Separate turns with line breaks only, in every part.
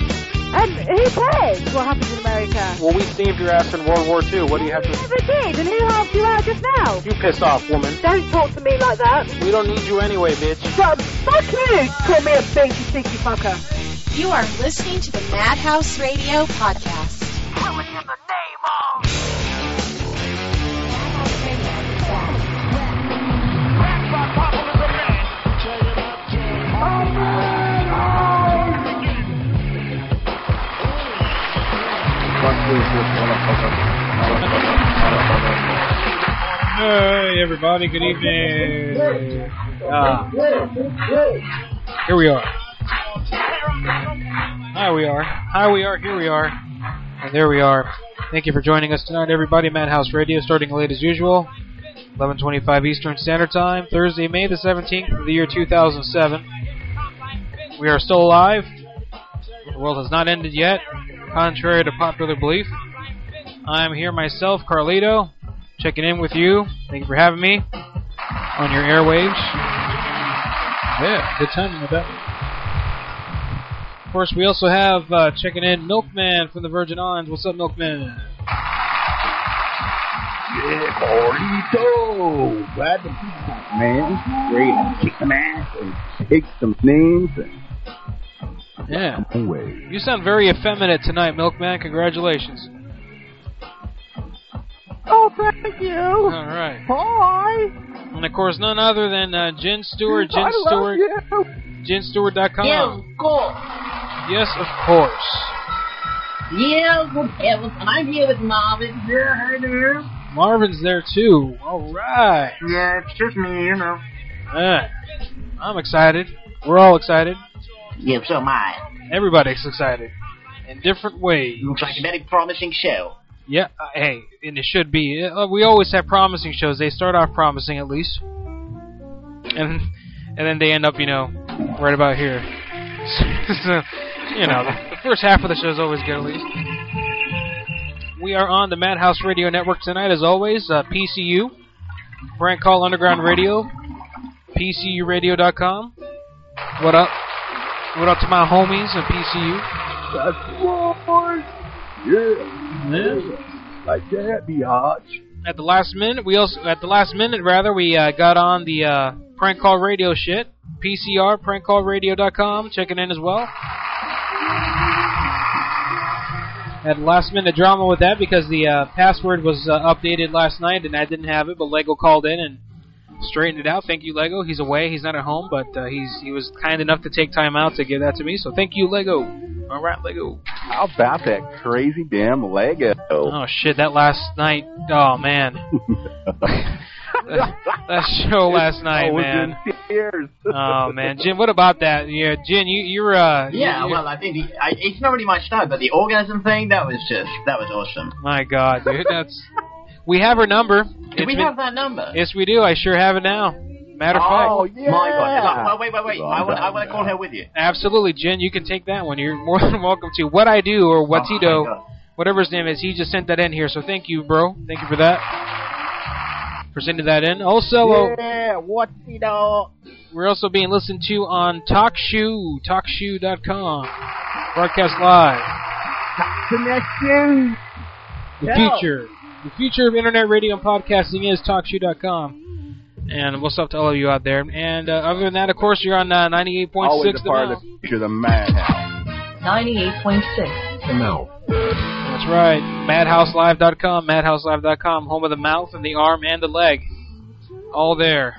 And who cares what happens in America?
Well, we saved your ass in World War II. What do you have
We
to...
never did, and who helped you out just now?
You piss off, woman.
Don't talk to me like that.
We don't need you anyway, bitch.
But fuck you! Call me a bitch, you stinky fucker.
You are listening to the Madhouse Radio Podcast.
Hey everybody, good evening. Ah. Here we are. Hi we are. Hi we are, here we are. And there we are. Thank you for joining us tonight, everybody. Madhouse Radio starting late as usual. 11:25 Eastern Standard Time, Thursday, May the 17th of the year 2007. We are still alive. The world has not ended yet, contrary to popular belief. I am here myself, Carlito, checking in with you. Thank you for having me on your airwaves. Yeah, good timing with that. Of course, we also have uh, checking in Milkman from the Virgin Islands. What's up, Milkman?
Yeah, Carlito. Glad to be back, man. Ready to kick some ass and kick some names and
Yeah.
away.
You sound very effeminate tonight, Milkman. Congratulations.
Oh, thank
All
you.
right.
Hi.
And of course, none other than uh, Jen Stewart. Jen Stewart. JenStewart.com.
cool.
Yes, of course.
Yeah, well, I'm here with Marvin. Yeah, hi there.
Marvin's there too. All right.
Yeah, it's just me, you know.
Yeah. I'm excited. We're all excited.
Yeah, so am I.
Everybody's excited in different ways.
Looks like a very promising show.
Yeah. Uh, hey, and it should be. Uh, we always have promising shows. They start off promising at least, and and then they end up, you know, right about here. so, you know, the first half of the show is always good at least. We are on the Madhouse Radio Network tonight, as always. Uh, PCU, Brand Call Underground Radio, PCURadio.com. What up? What up to my homies at PCU?
That's right. Yeah. Like that, be hot.
at the last minute we also at the last minute rather we uh, got on the uh, prank call radio shit pcr prankcallradio.com checking in as well had last minute drama with that because the uh, password was uh, updated last night and i didn't have it but lego called in and straightened it out thank you lego he's away he's not at home but uh, he's he was kind enough to take time out to give that to me so thank you lego all right lego
How about that crazy damn Lego?
oh shit that last night oh man that show last night
I
Oh,
was
man
in tears.
oh man, Jim, what about that? Yeah, Jim, you you're uh
Yeah,
you're-
well, I think the, I, it's not really my style, but the orgasm thing that was just that was awesome.
my God, dude, that's we have her number.
Do we have that number?
yes, we do. I sure have it now. Matter of
oh
fact,
yeah.
my god! Oh, wait, wait, wait!
Wrong
I want I want
button.
to call her with you.
absolutely, Jen, you can take that one. You're more than welcome to. What I do or what
Oh, my
Tito,
God.
whatever his name is, he just sent that in here. So thank you, bro. Thank you for that. For sending that in. Also, uh,
Yeah, what you know?
We're also being listened to on TalkShoe, TalkShoe.com. Broadcast live. The future. The future of internet radio and podcasting is TalkShoe.com. And what's up to all of you out there. And uh, other than that, of course, you're on uh, 98.6
Always a
The
part
Mouth.
of the future, the madhouse.
98.6.
That's right. MadhouseLive.com, MadhouseLive.com, home of the mouth and the arm and the leg. All there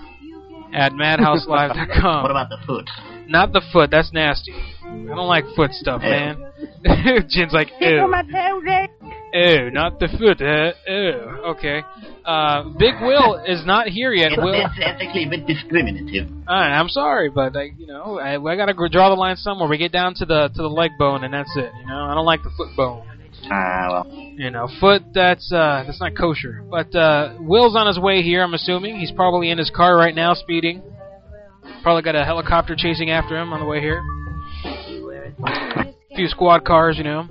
at MadhouseLive.com.
What about the foot?
Not the foot. That's nasty. I don't like foot stuff,
Ew.
man. Jin's like, ew. Ew, not the foot. Uh, ew. Okay. Uh, Big Will is not here yet.
It's,
Will,
it's ethically a bit discriminative.
Alright, I'm sorry, but I, you know, I, I gotta gr- draw the line somewhere. We get down to the to the leg bone, and that's it. You know, I don't like the foot bone.
Ah, well,
You know, foot. That's uh, that's not kosher. But uh, Will's on his way here. I'm assuming he's probably in his car right now, speeding. Probably got a helicopter chasing after him on the way here. A few squad cars, you know.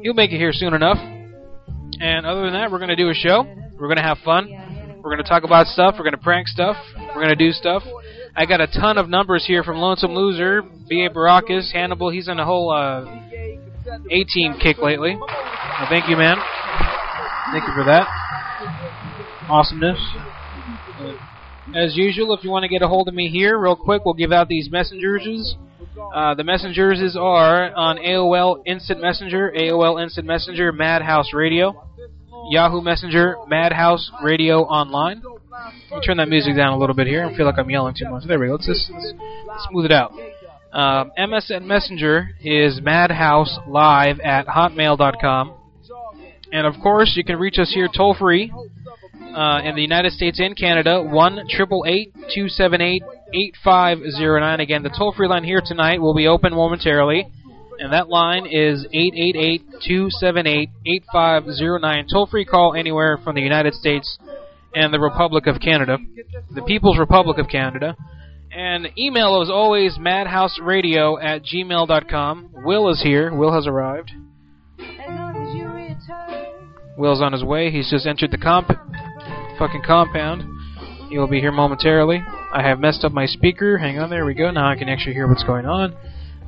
He'll make it here soon enough. And other than that, we're gonna do a show. We're gonna have fun. We're gonna talk about stuff. We're gonna prank stuff. We're gonna do stuff. I got a ton of numbers here from Lonesome Loser, B.A. Baracus, Hannibal. He's on a whole uh, A-team kick lately. Well, thank you, man. Thank you for that. uh, Awesomeness. Uh, As usual, if you want to get a hold of me here, real quick, we'll give out these messengers. Uh, the messengers are on AOL Instant Messenger, AOL Instant Messenger, Madhouse Radio, Yahoo Messenger, Madhouse Radio Online. Let me turn that music down a little bit here. I feel like I'm yelling too much. There we go. Let's just let's smooth it out. Um, MSN Messenger is Madhouse Live at hotmail.com. And of course, you can reach us here toll free uh, in the United States and Canada, 1 278 8509. Again, the toll free line here tonight will be open momentarily. And that line is 888 278 8509. Toll free call anywhere from the United States and the Republic of Canada, the People's Republic of Canada. And email is always madhouseradio at gmail.com. Will is here. Will has arrived. Will's on his way. He's just entered the comp fucking compound. He will be here momentarily. I have messed up my speaker. Hang on, there we go. Now I can actually hear what's going on.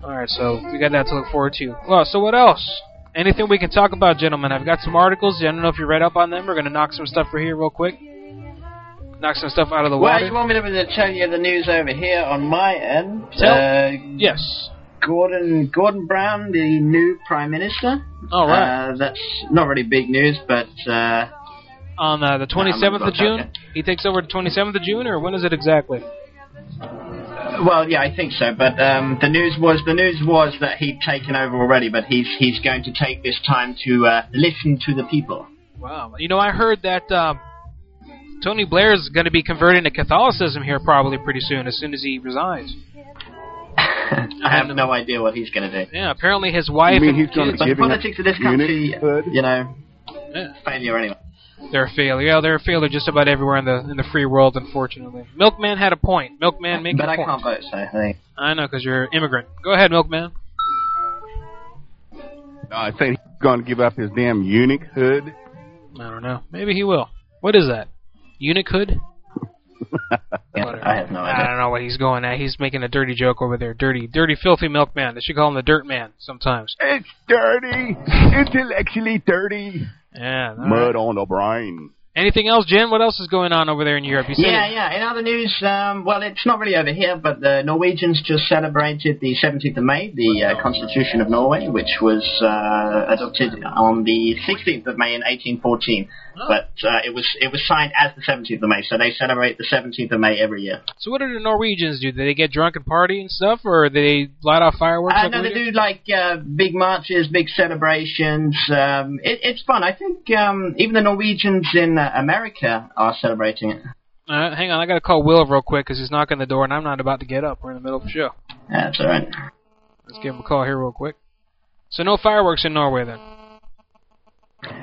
Alright, so we got that to look forward to. Well, so what else? Anything we can talk about, gentlemen? I've got some articles. I don't know if you read up on them. We're going to knock some stuff for here real quick. Knock some stuff out of the
Well,
water.
you want me to uh, tell you the news over here on my end?
Tell-
Uh,
Yes.
Gordon Gordon Brown, the new prime minister.
All right.
Uh, that's not really big news, but uh,
On uh, the 27th of
about that
June,
yet.
he takes over the 27th of June, or when is it exactly?
well, yeah, I think so. But um, the news was the news was that he'd taken over already, but he's he's going to take this time to uh, listen to the people.
Wow. You know, I heard that um, Tony Blair is going to be converting to Catholicism here probably pretty soon, as soon as he resigns.
I have no idea what he's going to do.
Yeah, apparently his wife
You mean
and
he's gonna
kids,
But the
Giving up
politics of this country,
unithood?
you know,
Yeah.
failure anyway.
they're a failure. Yeah, they're a failure just about everywhere in the in the free world, unfortunately. Milkman had a point. Milkman making
but
a
I
point.
can't vote, so I think.
I know, because you're an immigrant. Go ahead, Milkman.
I think he's going to give up his damn eunuch hood.
I don't know. Maybe he will. What is that? Eunuch hood?
Yeah,
Whatever.
I have no
I
idea.
don't know what he's going at. He's making a dirty joke over there. Dirty, dirty, filthy milkman. They should call him the dirt man sometimes.
It's dirty, intellectually dirty.
Yeah. all right.
Mud on the brain.
Anything else, Jen? What else is going on over there in Europe? You said
Yeah, yeah. In other news, um, well, it's not really over here, but the Norwegians just celebrated the 17th of May, the uh, Constitution of Norway, which was uh, adopted on the 16th of May in 1814. But uh, it was it was signed as the 17th of May, so they celebrate the 17th of May every year.
So what do the Norwegians do? Do they get drunk and party and stuff, or do they light off fireworks?
I
like
know
we
they do like uh, big marches, big celebrations. Um, it, it's fun. I think um, even the Norwegians in uh, America are celebrating it.
Uh, hang on, I gotta call Will real quick because he's knocking the door, and I'm not about to get up. We're in the middle of the show.
That's all right.
Let's give him a call here real quick. So no fireworks in Norway then.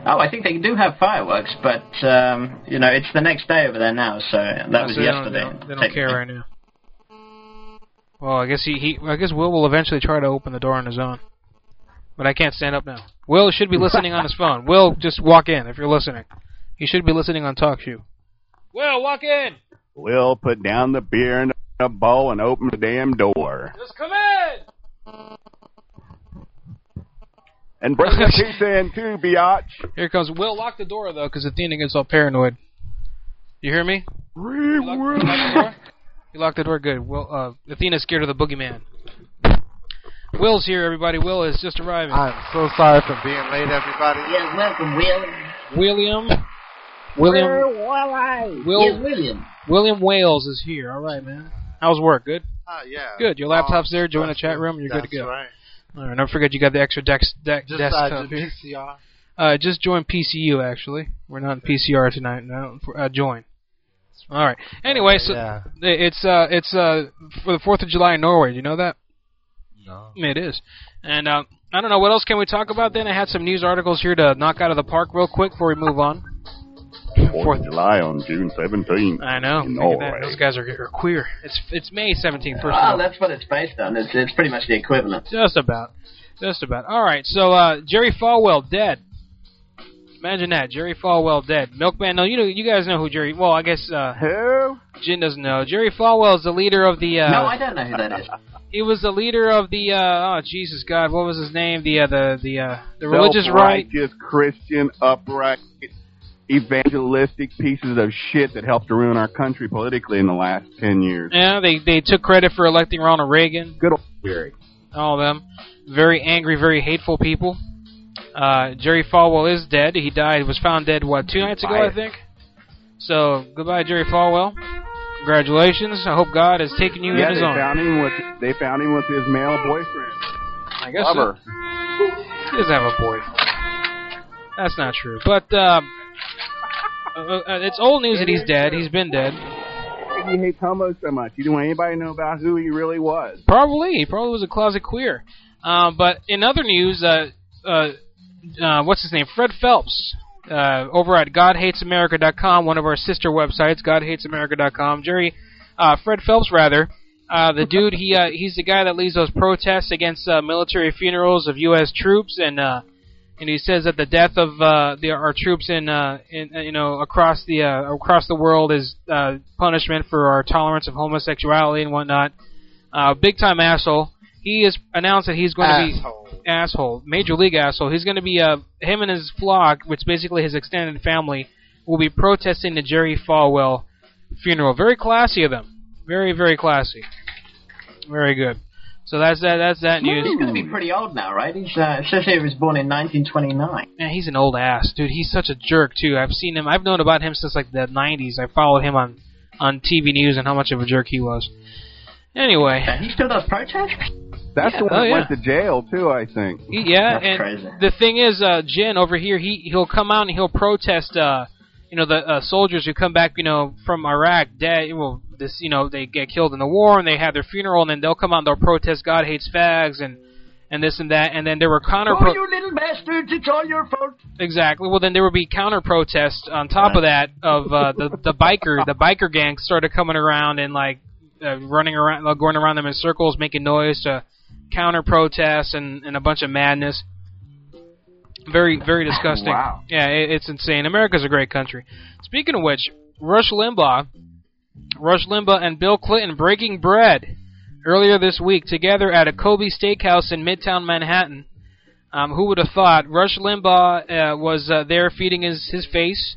Oh, I think they do have fireworks, but um, you know it's the next day over there now, so that was
So they don't-
yesterday.
They don't, they don't care right now. Well, I guess he, he I guess Will will eventually try to open the door on his own. But I can't stand up now. Will should be listening on his phone. Will, just walk in if you're listening. He should be listening on TalkShoe. Will, walk in.
We'll put down the beer and the bowl and open the damn door.
Just come in.
And bring the pizza in too, biatch.
Here comes Will. Lock the door though, because Athena gets all paranoid. You hear me? You lock, you lock the door. You lock the door. Good. Will. Uh, Athena's scared of the boogeyman. Will's here, everybody. Will is just arriving.
I'm so sorry for being late, everybody.
Yeah, welcome, Will.
William. William.
Yes,
Will.
William.
William Wales is here. All right, man. How's work? Good.
Ah, yeah. Oh,
Good. Your laptop's there. Join the
that's
chat
good.
room. You're good to
That's
go.
Right.
All right. Don't forget you got the extra dex, dex,
Just
desktop
uh,
here.
PCR.
Uh, just join PCU actually. We're not in PCR tonight. No, for- uh, join. All right. Anyway, so
Yeah.
it's uh it's uh for the Fourth of July in Norway. Do you know that?
No.
It is. And uh, I don't know what else can we talk about. Then I had some news articles here to knock out of the park real quick before we move on.
Fourth of July on June 17th.
I know.
In
Look at that.
Norway.
Those guys are, are queer. It's it's May 17th. First
Oh,
of all.
that's what it's based on. It's it's pretty much the equivalent.
Just about. Just about. All right. So uh, Jerry Falwell dead. Imagine that, Jerry Falwell dead. Milkman, no, you know, you guys know who Jerry. Well, I guess uh,
Who?
Jin doesn't know. Jerry Falwell is the leader of the. Uh,
no, I don't know who that is.
he was the leader of the. Uh, oh Jesus God, what was his name? The uh, the the uh, the religious right.
Self-righteous, Christian, upright, evangelistic pieces of shit that helped to ruin our country politically in the last ten years.
Yeah, they they took credit for electing Ronald Reagan.
Good old Jerry.
all of them. Very angry, very hateful people. Uh, Jerry Falwell is dead. He died, was found dead, what, two nights ago, I
Biased.
think? So, goodbye, Jerry Falwell. Congratulations. I hope God has taken you
Yeah,
in
they
his own.
found him with they found him with his male boyfriend.
I guess so. He doesn't have a boyfriend. That's not true. But, um, uh, uh, it's old news that he's dead. He's been dead.
He hates homos so much. He didn't want anybody to know about who he really was.
Probably. He probably was a closet queer. Um, but in other news, uh, uh, uh, what's his name? Fred Phelps. Uh, over at GodHatesAmerica.com, one of our sister websites, GodHatesAmerica.com. Jerry, uh, Fred Phelps, rather, uh, the dude, he uh, he's the guy that leads those protests against uh, military funerals of U.S. troops, and uh, and he says that the death of uh, the, our troops in, uh, in uh, you know across the uh, across the world is uh, punishment for our tolerance of homosexuality and whatnot uh, big time asshole. He has announced that he's going to be asshole, major league asshole. He's going to be uh, him and his flock, which is basically his extended family, will be protesting the Jerry Falwell funeral. Very classy of them. Very very classy. Very good. So that's that. That's that
He's
news.
going to be pretty old now, right? He's, uh, it says here he was born in 1929.
Man, he's an old ass, dude. He's such a jerk too. I've seen him. I've known about him since like the '90s. I followed him on on TV news and how much of a jerk he was. Anyway.
Uh, he still does protests?
That's
Yeah,
the one
oh,
that went
yeah.
to jail too, I think.
He- Yeah,
That's
and
crazy.
the thing is, uh, Jin over here, he he'll come out and he'll protest, uh, you know, the uh, soldiers who come back, you know, from Iraq, dead. Well, this, you know, they get killed in the war and they have their funeral, and then they'll come out and they'll protest God hates fags and and this and that, and then there were counter.
Oh, you little bastards, it's all your fault.
Exactly. Well, then there would be counter protests on top of that of uh, the the biker the biker gang started coming around and like uh, running around, like, going around them in circles, making noise to counter protests and and a bunch of madness. Very very disgusting.
Wow.
Yeah, it, it's insane. America's a great country. Speaking of which, Rush Limbaugh, Rush Limbaugh and Bill Clinton breaking bread earlier this week together at a Kobe Steakhouse in Midtown Manhattan. Um, who would have thought Rush Limbaugh uh, was uh, there feeding his his face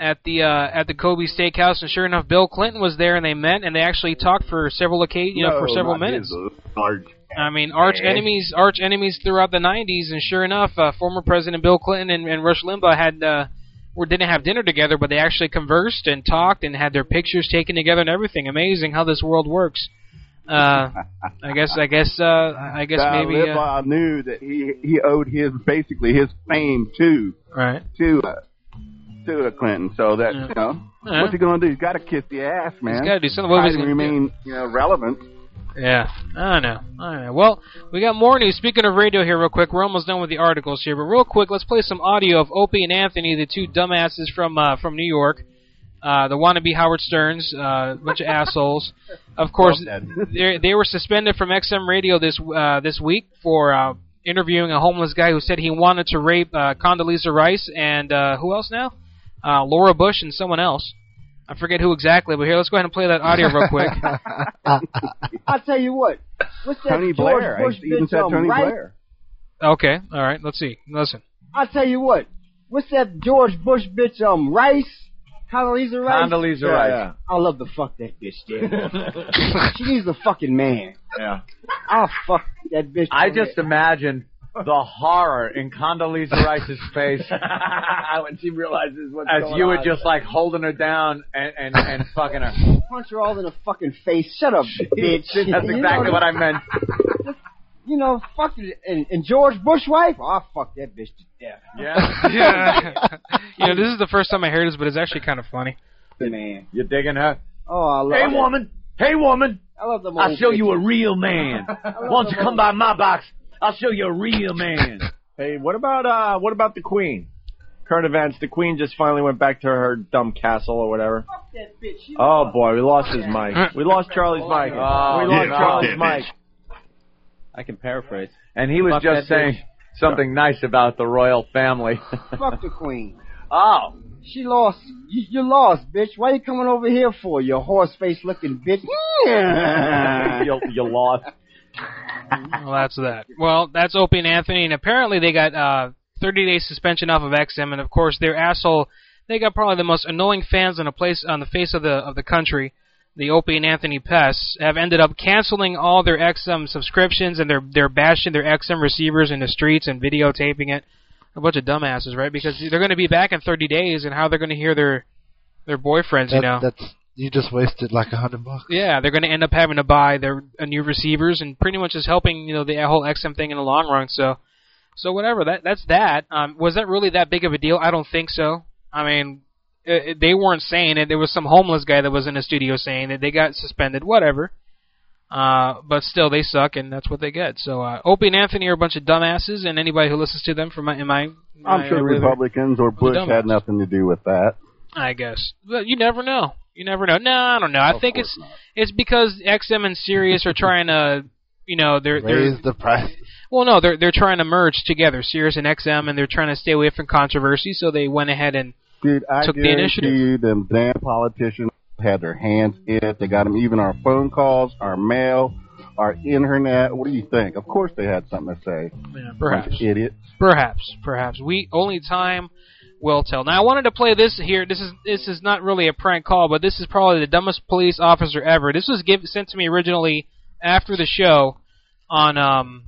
at the uh, at the Kobe Steakhouse, and sure enough, Bill Clinton was there, and they met, and they actually talked for several occasions, you know, for
No,
several
not
minutes.
his uh, large
I mean, arch
Eh?
enemies, arch enemies throughout the '90s, and sure enough, uh, former President Bill Clinton and, and Rush Limbaugh had uh, or didn't have dinner together, but they actually conversed and talked and had their pictures taken together and everything. Amazing how this world works. Uh, I guess, I guess, uh, I guess
Uh,
maybe. Uh,
Limbaugh knew that he he owed his basically his fame to
right.
to uh, to uh, Clinton. So that
Yeah.
you know,
Yeah.
what you gonna do? You gotta kiss the ass, man.
He's got to do something. What
Try
was he
to
gonna do?
remain you know relevant.
Yeah, I know, I know. Well, we got more news. Speaking of radio here, real quick, we're almost done with the articles here, but real quick, let's play some audio of Opie and Anthony, the two dumbasses from uh, from New York, uh, the wannabe Howard Stearns, uh, bunch of assholes. Of course,
Well said.
they they were suspended from XM Radio this uh, this week for uh, interviewing a homeless guy who said he wanted to rape uh, Condoleezza Rice and uh, who else now? Uh, Laura Bush and someone else. I forget who exactly, but here, let's go ahead and play that audio real quick.
I'll tell you what. What's that
Tony
George
Blair.
Bush
I even
bitch
said
on
Tony
right?
Blair.
Okay, all right. Let's see. Listen.
I'll tell you what. What's that George Bush bitch um Rice? Condoleezza Rice?
Condoleezza
Yeah,
Rice.
yeah.
I love to fuck that bitch there. she needs a fucking man.
Yeah.
I'll fuck that bitch.
I
for
just
that.
imagine the horror in Condoleezza Rice's face when she realizes what's as you were just like holding her down and and, and fucking her.
punch her all in the fucking face. Shut up, bitch.
That's exactly what I meant.
You know, fuck it. And, and George Bush wife? I'll fuck that bitch to death.
Yeah,
Yeah. you know, this is the first time I heard this, but it's actually kind of funny.
Man.
you're digging her.
Oh, I love
Hey
that.
woman, hey woman,
I love them
I'll
old
show you
bitches.
a real man. Won't you come by my box? I'll show you a real man.
Hey, what about uh, what about the Queen? Current events: the Queen just finally went back to her dumb castle or whatever.
Fuck that bitch. She
Oh boy, we lost his mic. We lost Charlie's mic.
Oh,
we lost
yeah.
Charlie's
Fuck that
mic. I can paraphrase.
And he was
Fuck
just
that
saying,
bitch.
something nice about the royal family.
Fuck the queen.
Oh.
She lost. You, you lost, bitch. Why you coming over here for? You horse face looking bitch.
you, you lost.
Well, that's that. Well, that's Opie and Anthony, and apparently they got uh 30 day suspension off of XM, and of course their asshole. They got probably the most annoying fans on the place on the face of the of the country. The Opie and Anthony pests have ended up canceling all their XM subscriptions, and they're they're bashing their XM receivers in the streets and videotaping it. A bunch of dumbasses, right? Because they're going to be back in 30 days, and how they're going to hear their their boyfriends, you
That-
know?
That's you just wasted like a hundred bucks.
Yeah, they're going to end up having to buy their uh, new receivers and pretty much is helping you know the whole XM thing in the long run. So, so whatever that that's that. Um, was that really that big of a deal? I don't think so. I mean, it, it- they weren't saying it. There was some homeless guy that was in the studio saying that they got suspended. Whatever. Uh, but still, they suck, and that's what they get. So, uh, Opie and Anthony are a bunch of dumbasses, and anybody who listens to them from my, in my,
I'm
my
sure Republicans or Bush
dumbass.
had nothing to do with that.
I guess. But you never know. You never know. No, I don't know. I think it's it's because XM and Sirius are trying to, you know, they're
Raise
they're
the price.
well, no, they're they're trying to merge together, Sirius and XM, and they're trying to stay away from controversy. So they went ahead and
Dude, I
Took the
guarantee
initiative.
you them damn politicians had their hands in it. They got them even our phone calls, our mail, our internet. What do you think? Of course they had something to say.
perhaps.
Bunch of idiots.
Perhaps, perhaps. We only time will tell. Now I wanted to play this here. This is this is not really a prank call, but this is probably the dumbest police officer ever. This was give, sent to me originally after the show on um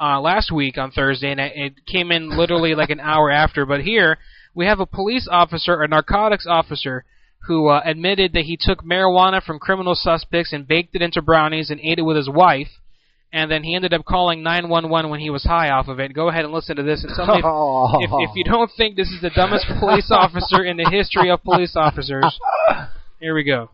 uh, last week on Thursday, and it- it came in literally like an hour after. But here we have a police officer, a narcotics officer, who uh, admitted that he took marijuana from criminal suspects and baked it into brownies and ate it with his wife and then he ended up calling 911 when he was high off of it. Go ahead and listen to this and tell me if, if, if you don't think this is the dumbest police officer in the history of police officers. Here we go.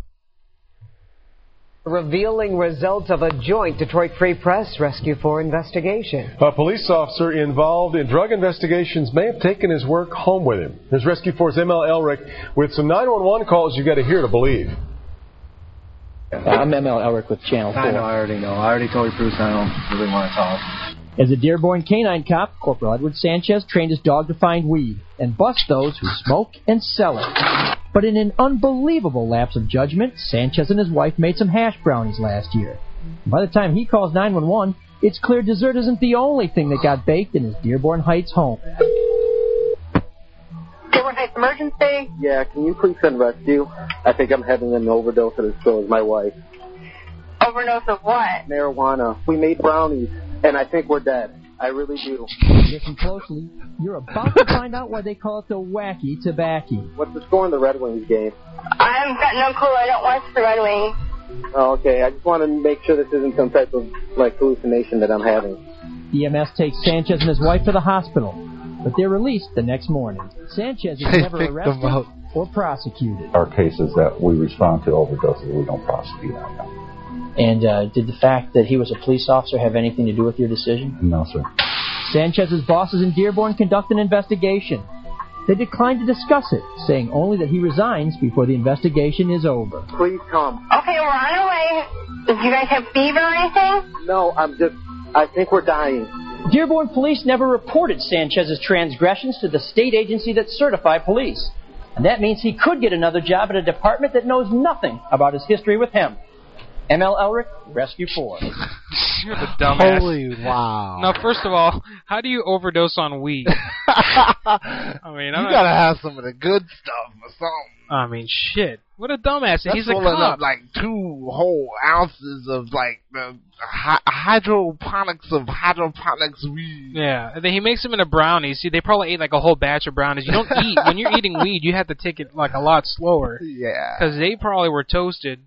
Revealing results of a joint Detroit Free Press rescue for investigation.
A police officer involved in drug investigations may have taken his work home with him. There's Rescue Force ML Elric with some 911 calls you got to hear to believe.
Uh, I'm ML Elric with Channel 4.
I know, I already know. I already told you, Bruce, I don't really want to talk.
As a Dearborn canine cop, Corporal Edward Sanchez trained his dog to find weed and bust those who smoke and sell it. But in an unbelievable lapse of judgment, Sanchez and his wife made some hash brownies last year. By the time he calls 911, it's clear dessert isn't the only thing that got baked in his Dearborn Heights home.
Dearborn Heights emergency.
Yeah, can you please send rescue? I think I'm having an overdose and so is my wife.
Overdose of what?
Marijuana. We made brownies, and I think we're dead. I really do.
Listen closely, you're about to find out why they call it the wacky tobacco.
What's the score in the Red Wings game?
I haven't got no clue. I don't watch the Red Wings.
Oh, okay, I just want to make sure this isn't some type of like hallucination that I'm having.
EMS E takes Sanchez and his wife to the hospital, but they're released the next morning. Sanchez is
They
never
picked them
arrested
up.
or prosecuted.
Our cases that we respond to overdoses, we don't prosecute on them.
And uh, did the fact that he was a police officer have anything to do with your decision?
No, sir.
Sanchez's bosses in Dearborn conduct an investigation. They declined to discuss it, saying only that he resigns before the investigation is over.
Please come.
Okay, we're on our way. Do you guys have fever or anything?
No, I'm just. I think we're dying.
Dearborn police never reported Sanchez's transgressions to the state agency that certify police. And that means he could get another job at a department that knows nothing about his history with him. ML Elric, Rescue 4.
You're the dumbass.
Holy
wow.
Now, first of all, how do you overdose on weed? I mean,
You
I'm
gotta have some of the good stuff or something.
I mean, shit. What a dumbass.
That's
He's a
rolling
cop.
up like two whole ounces of like the hy- hydroponics of hydroponics weed.
yeah, and then he makes them into brownies. See, they probably ate like a whole batch of brownies. You don't eat when you're eating weed. You have to take it like a lot slower.
Yeah.
because they probably were toasted,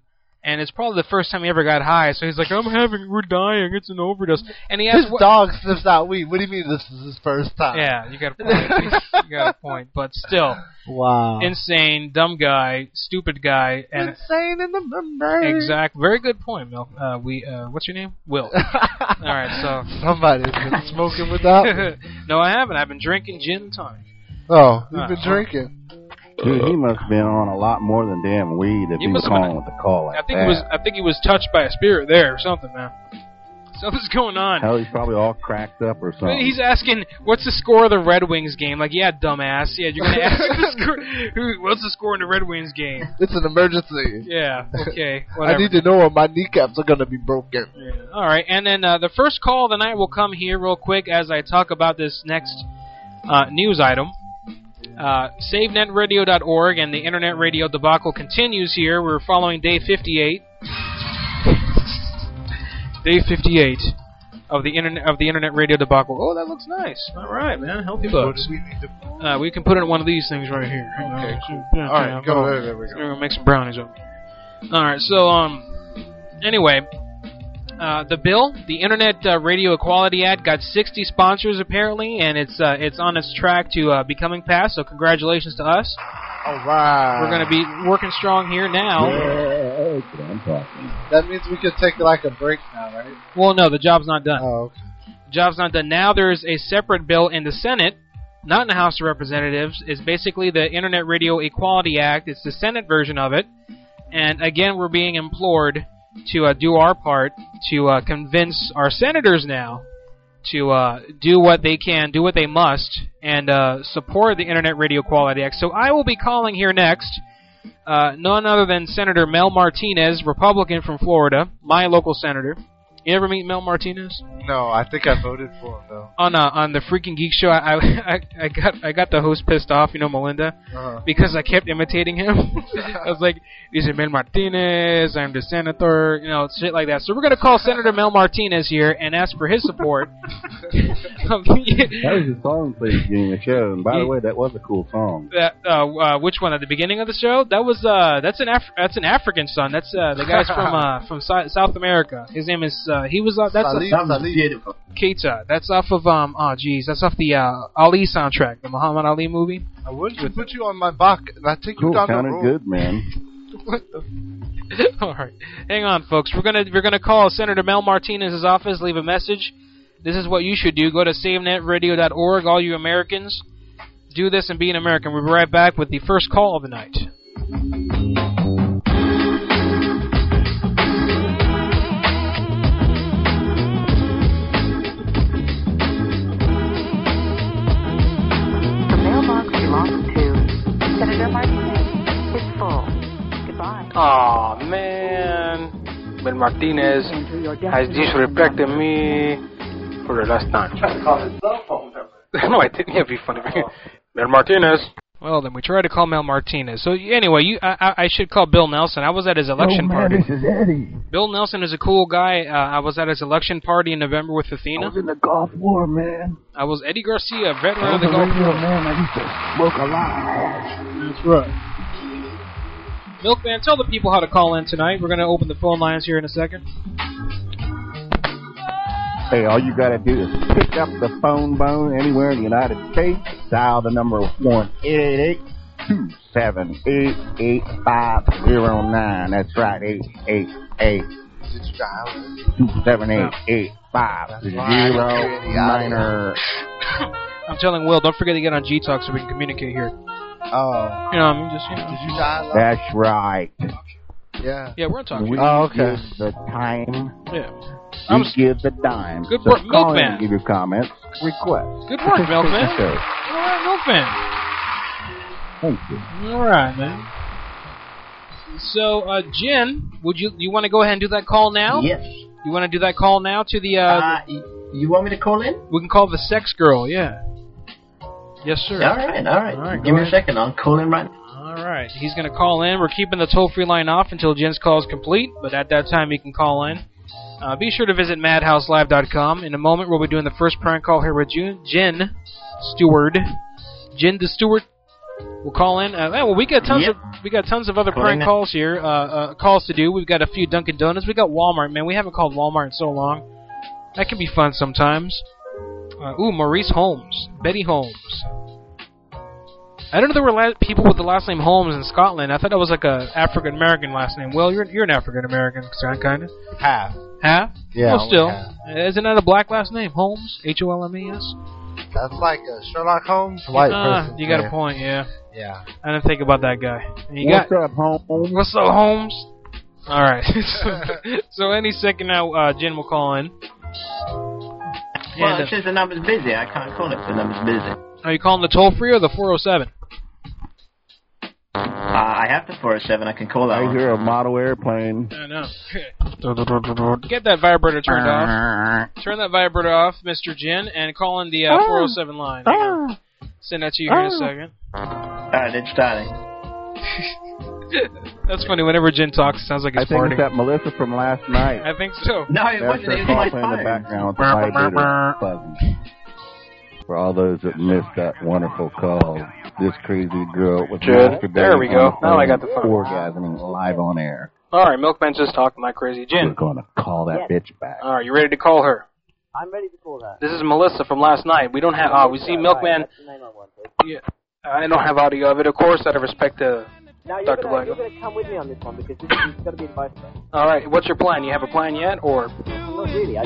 and it's probably the first time he ever got high. So he's like, "I'm having, we're dying. It's an overdose." And he
His
asked, what,
dog sniffs out weed. What do you mean this is his first time?
"Yeah, you got a point. you got a point." But still,
Wow.
insane, dumb guy, stupid guy, and
Insane in the memory.
exact. Very good point, Mel. Uh, we, uh, what's your name? Will. All right, so
Somebody's been smoking without me.
no, I haven't. I've been drinking gin and tonic.
Oh, you've
Uh,
been drinking.
Dude, he must have been on a lot more than damn weed if
He
he, was
must've been-
calling with a call like
I think
that.
he was. I think he was touched by a spirit there or something, man. Something's going on.
Hell, he's probably all cracked up or something.
But He's asking, "What's the score of the Red Wings game?" Like, yeah, dumbass. Yeah, you're gonna ask the score, who, what's the score in the Red Wings game?
It's an emergency.
Yeah. Okay.
I
Whatever.
need to know if my kneecaps are going to be broken.
All right, and then uh, the first call of the night will come here real quick as I talk about this next uh, news item. Uh, SaveNetRadio.org and the Internet Radio debacle continues here. We're following day 58. Day 58 of the internet of the Internet Radio debacle. Oh, that looks nice. All right, man. Healthy bugs. Uh, we can put in one of these things right here. Okay.
All right, go. There, there we
We're gonna make some brownies up. All right. So um, anyway, uh, the bill, the Internet uh, Radio Equality Act, got 60 sponsors apparently, and it's uh, it's on its track to uh, becoming passed. So congratulations to us.
All right.
We're gonna be working strong here now.
Oh,
That means we could take like a break now, right?
Well, no, the job's not done. Oh, okay. Job's not done. Now there's a separate bill in the Senate, not in the House of Representatives. It's basically the Internet Radio Equality Act. It's the Senate version of it. And again, we're being implored to uh, do our part to uh, convince our senators now to uh, do what they can, do what they must, and uh, support the Internet Radio Equality Act. So I will be calling here next uh, none other than Senator Mel Martinez, Republican from Florida, my local senator. You ever meet Mel Martinez?
No, I think I voted for him though.
On uh, on the freaking geek show, I, I I got I got the host pissed off, you know, Melinda,
Uh-huh.
because I kept imitating him. I was like, "This is Mel Martinez. I'm the senator," you know, shit like that. So we're gonna call Senator Mel Martinez here and ask for his support. Um, of the-
That was the song played at the beginning of the show, and by the way, that was a cool song.
that uh, uh, which one at the beginning of the show? That was uh, that's an Af- that's an African son. That's uh, the guy's from uh, from si- South America. His name is uh, he was uh, that's
Salif,
uh,
Salif. Beautiful.
Keita. That's off of um oh geez, that's off the uh, Ali soundtrack, the Muhammad Ali movie.
I would put you on my back and I take you down the
sounded
road.
good, man.
All right, hang on, folks. We're gonna we're gonna call Senator Mel Martinez's office, leave a message. This is what you should do. Go to savenetradio.org, all you Americans. Do this and be an American. We'll be right back with the first call of the night.
The mailbox belongs to Senator Martinez is full. Goodbye.
Aw, man. Mel Martinez has disrespected me for the last time. no, I didn't. It'd be funny. Mel Uh-huh. Martinez. Well, then we tried to call Mel Martinez. So anyway, you, I, I I should call Bill Nelson. I was at his election party.
Oh, This is Eddie.
Bill Nelson is a cool guy. Uh, I was at his election party in November with Athena. I was,
in the Gulf War, man.
Eddie Garcia, a
I
veteran of
was
the
a
Gulf
radio
War.
man. I used to smoke a lot of hash. That's right.
Milkman, tell the people how to call in tonight. We're going to open the phone lines here in a second.
Hey, all you gotta do is pick up the phone bone anywhere in the United States, dial the number one eight eight two seven eight eight five zero nine. That's right, eight eight eight two seven eight eight five zero niner.
I'm telling Will, don't forget to get on G Talk so we can communicate here.
Oh.
You know, I'm just. You know,
Did you dial up?
That's right.
Yeah.
Yeah, we're talking.
We
Oh, okay.
give the time.
Yeah.
We give the dime.
Good
so
work,
call in,
Milkman.
Give your comments, requests.
Good work, Milkman.
Show.
All right, Milkman.
Thank you.
All right, man. So, uh, Jen, would you you want to go ahead and do that call now?
Yes.
You want to do that call now to the? Uh,
Uh, you want me to call in?
we can call the sex girl. Yeah. Yes, sir.
All right, all right.
All right,
Give
go
me a
ahead.
second. I'll call in right now.
All right. He's gonna call in. We're keeping the toll free line off until Jen's call is complete, but at that time you can call in. Uh, be sure to visit madhouselive.com. In a moment, we'll be doing the first prank call here with June, Jen Stewart. Jen the Stewart. We'll call in. Uh, well, we got tons
Yep.
of we got tons of other
Call
prank
in.
calls here. Uh, uh, calls to do. We've got a few Dunkin' Donuts. We got Walmart. Man, we haven't called Walmart in so long. That can be fun sometimes. Uh, ooh, Maurice Holmes, Betty Holmes. I don't know there were la- people with the last name Holmes in Scotland. I thought that was like a African American last name. Well, you're you're an African American, kind of.
Half.
Half?
Yeah,
Well, still,
half.
isn't that a black last name? Holmes, H O L M E S.
That's like a Sherlock Holmes white
Ah,
person.
You got
yeah.
a point, yeah.
Yeah.
I didn't think about that guy. And You
What's
got
up, Holmes?
what's up, Holmes? All right. so, so any second now, uh, Jen will call in.
Well,
And, uh,
it says the number's busy. I can't call it. The number's busy.
Are you calling the toll free or the 407?
Uh, I have the 407. I can call that.
I hear a model airplane.
I know. Get that vibrator turned off. Turn that vibrator off, Mr. Jin, and call in the uh,
Oh.
407 line.
Ah.
Send that to you here in a
Ah.
second.
All right, it's starting.
That's funny. Whenever Jin talks, it sounds like
I
he's
think
farting.
it's that Melissa from last night.
I think so.
No,
That's her talking in the background with the vibrator. Pleasant.
For all those that missed that wonderful call, this crazy girl was
Good.
masturbating
There we go.
on
Now I got the phone.
Orgasming live on air.
All right, Milkman's just talking my crazy
We're
Jin.
gonna call that bitch back.
All right, you ready to call her?
I'm ready to call that.
This is Melissa from last night. We don't have. Uh, we see Milkman. Yeah, I don't have audio of it, of course, out of respect to.
Now
you're Dr. gonna- Blackman. you're
to come with me on this one because this is going to be advice.
All right, what's your plan? You have a plan yet, or?
Not really. I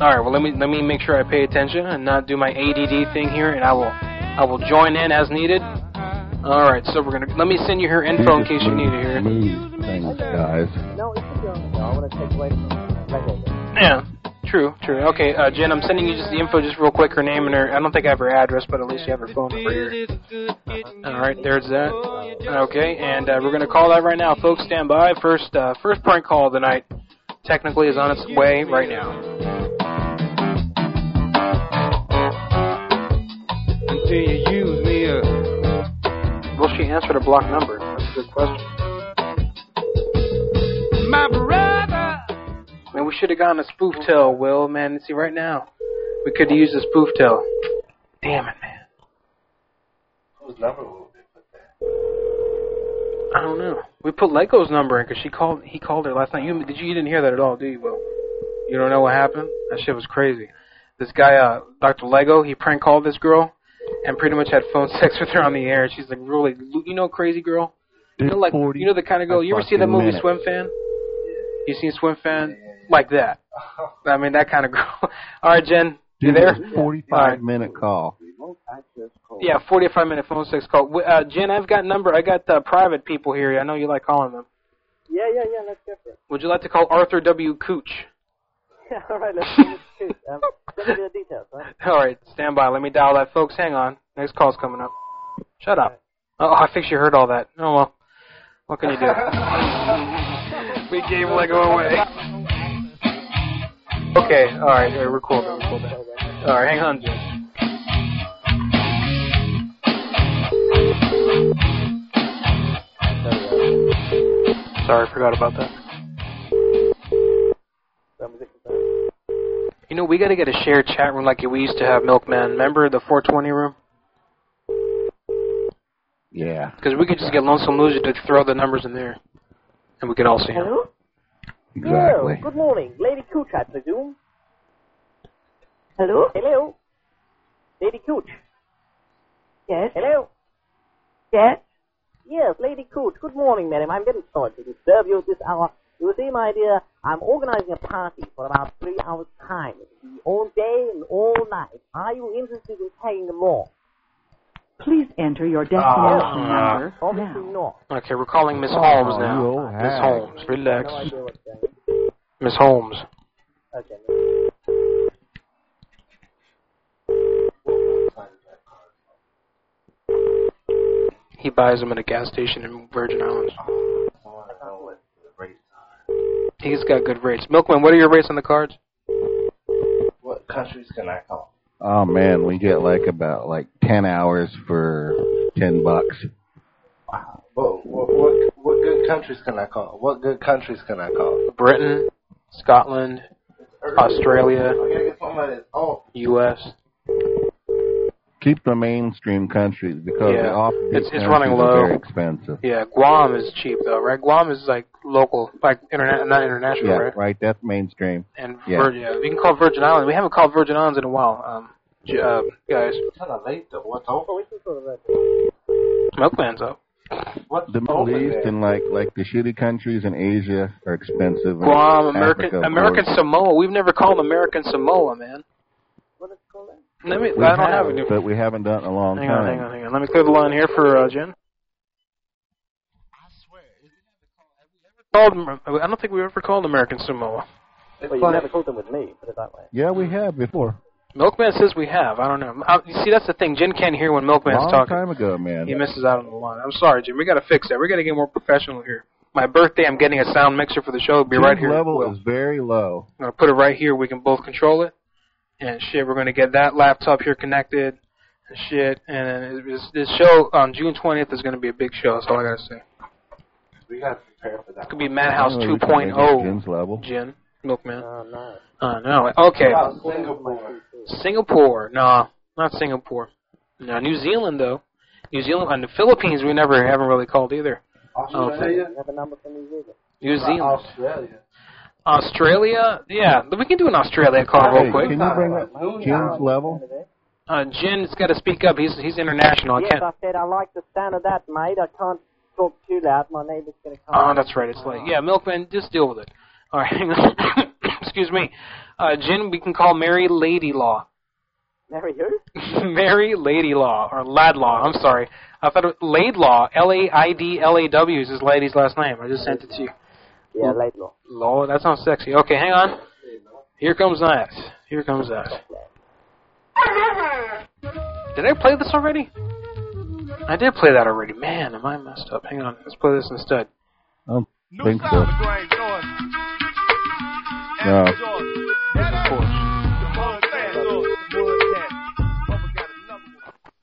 All right. Well, let me let me make sure I pay attention and not do my ADD thing here, and I will I will join in as needed. All right. So we're gonna let me send you her info in case you need to hear it.
Move things, guys.
No, it's a girl. No, I want to take away from her.
Yeah. True. True. Okay, uh, Jen, I'm sending you just the info, just real quick. Her name and her. I don't think I have her address, but at least you have her phone number here. All right. There's that. Okay. And uh, we're gonna call that right now, folks. Stand by. First uh, first prank call of the night. Technically, is on its way right now.
Until you use me up.
Will she answer the block number? That's a good question.
My brother.
Man, we should have gotten a spoof tell, Will. Man, see right now, we could use a spoof tell. Damn it, man. I don't know. We put Lego's number in because she called. He called her last night. You did you, you didn't hear that at all, do you, Will? You don't know what happened. That shit was crazy. This guy, uh, Dr. Lego, he prank called this girl and pretty much had phone sex with her on the air. She's like really, you know, crazy girl. You know, like you know the kind of girl. You ever see that
fucking
movie
minute.
Swim Fan? You seen Swim Fan? Like that. I mean, that kind of girl. All right, Jen, you there?
45 minute call.
Yeah, 45 minute phone sex call. W- Uh, Jen, I've got number. I got uh, private people here. I know you like calling them.
Yeah, yeah, yeah. Let's get for it.
Would you like to call Arthur W. Cooch?
Yeah, all right. Let's do this. too. Um, send me the details, all right?
All right, stand by. Let me dial that, folks. Hang on. Next call's coming up. Shut up. Oh, I think she heard all that. Oh well. What can you do? we gave Lego away. Okay. All right. all right, We're cool. now, We're cool. now. All right. Hang on, Jen. Sorry, I forgot about that. You know, we got to get a shared chat room like we used to have, Milkman. Remember the 420 room?
Yeah.
Because we could just get Lonesome Loser to throw the numbers in there, and we could all see them.
Hello?
Exactly.
Hello. Good morning. Lady Cooch, I presume. Hello? Hello. Lady Cooch. Yes? Hello? Yes? Yes, Lady Cooch. Good morning, madam. I'm very sorry to disturb you at this hour. You see, my dear, I'm organizing a party for about three hours' time. It'll be all day and all night. Are you interested in paying them all?
Please enter your destination
Ah.
number
Obviously not.
Okay, we're calling Miss Holmes
Oh,
now.
you
old
Miss
hag.
Holmes, relax.
No idea what's going
Miss Holmes.
on. Okay.
He buys them at a gas station in Virgin Islands. He's got good rates. Milkman, what are your rates on the cards?
What countries can I call?
Oh man, we get like about like 10 hours for 10 bucks.
What, what, what, what good countries can I call? What good countries can I call?
Britain, Scotland, Australia,
oh,
U.S.
Keep the mainstream countries because
Yeah.
the off
It's- it's running low.
Are very expensive.
Yeah, Guam is cheap though, right? Guam is like local, like internet, not international,
yeah,
right?
That's mainstream.
And
yeah.
Virgin, yeah, we can call Virgin Islands. We haven't called Virgin Islands in a while, um, j- uh, guys.
Kind of late though. What's over?
Milkman's up.
What's
the
Oh,
Middle East and like like the shitty countries in Asia are expensive. and
Guam,
Africa,
American,
of course.
American Samoa. We've never called American Samoa, man. Let me.
We
I don't have a
it,
new.
but we haven't done it in a long
Hang
time.
on, hang on, hang on. Let me clear the line here for uh, Jen. I swear, called. I don't think we ever called American Samoa.
Well, you never called them with me, put it that way.
Yeah, we have before.
Milkman says we have. I don't know. I, you see, that's the thing. Jin can't hear when Milkman's
Long
talking.
time ago, man.
He misses out on the line. I'm sorry, Jim. We got to fix that. We got to get more professional here. My birthday, I'm getting a sound mixer for the show. It'll be right
Jim's
here.
level
Will.
is very low.
I'm gonna put it right here. We can both control it. And shit, we're gonna get that laptop here connected. And shit, and it- this, this show on June 20th is gonna be a big show. That's all I gotta say.
We gotta prepare for that.
It could be Madhouse oh.
I don't know, we can make it
2.0.
Jim's level.
Jin, Milkman. Oh
no.
Oh no. Okay.
Wow, Singapore.
Singapore. No, not Singapore. No, New Zealand though. New Zealand and the Philippines. We never haven't really called either.
Australia.
You have a number for New Zealand.
New
Uh,
Zealand.
Australia.
Australia. Yeah, we can do an Australia call real
Hey,
quick.
Can you bring up Jim's level?
Uh, Jin's got to speak up. He's he's international. I
yes,
can't.
I said I like the sound of that, mate. I can't talk too loud. My neighbor's going to come.
Oh, that's right. It's late. Yeah, Milkman, just deal with it. All right. hang on. Excuse me. Uh, Jin, we can call Mary Lady Law.
Mary who?
Mary Lady Law or Ladlaw. I'm sorry. I thought it was Laidlaw. L A I D L A W is his lady's last name. I just sent it to you.
Yeah, Laidlaw.
Law. That sounds sexy. Okay, hang on. Here comes that. Here comes that. Did I play this already? I did play that already. Man, am I messed up? Hang on. Let's play this instead.
I don't think so.
No.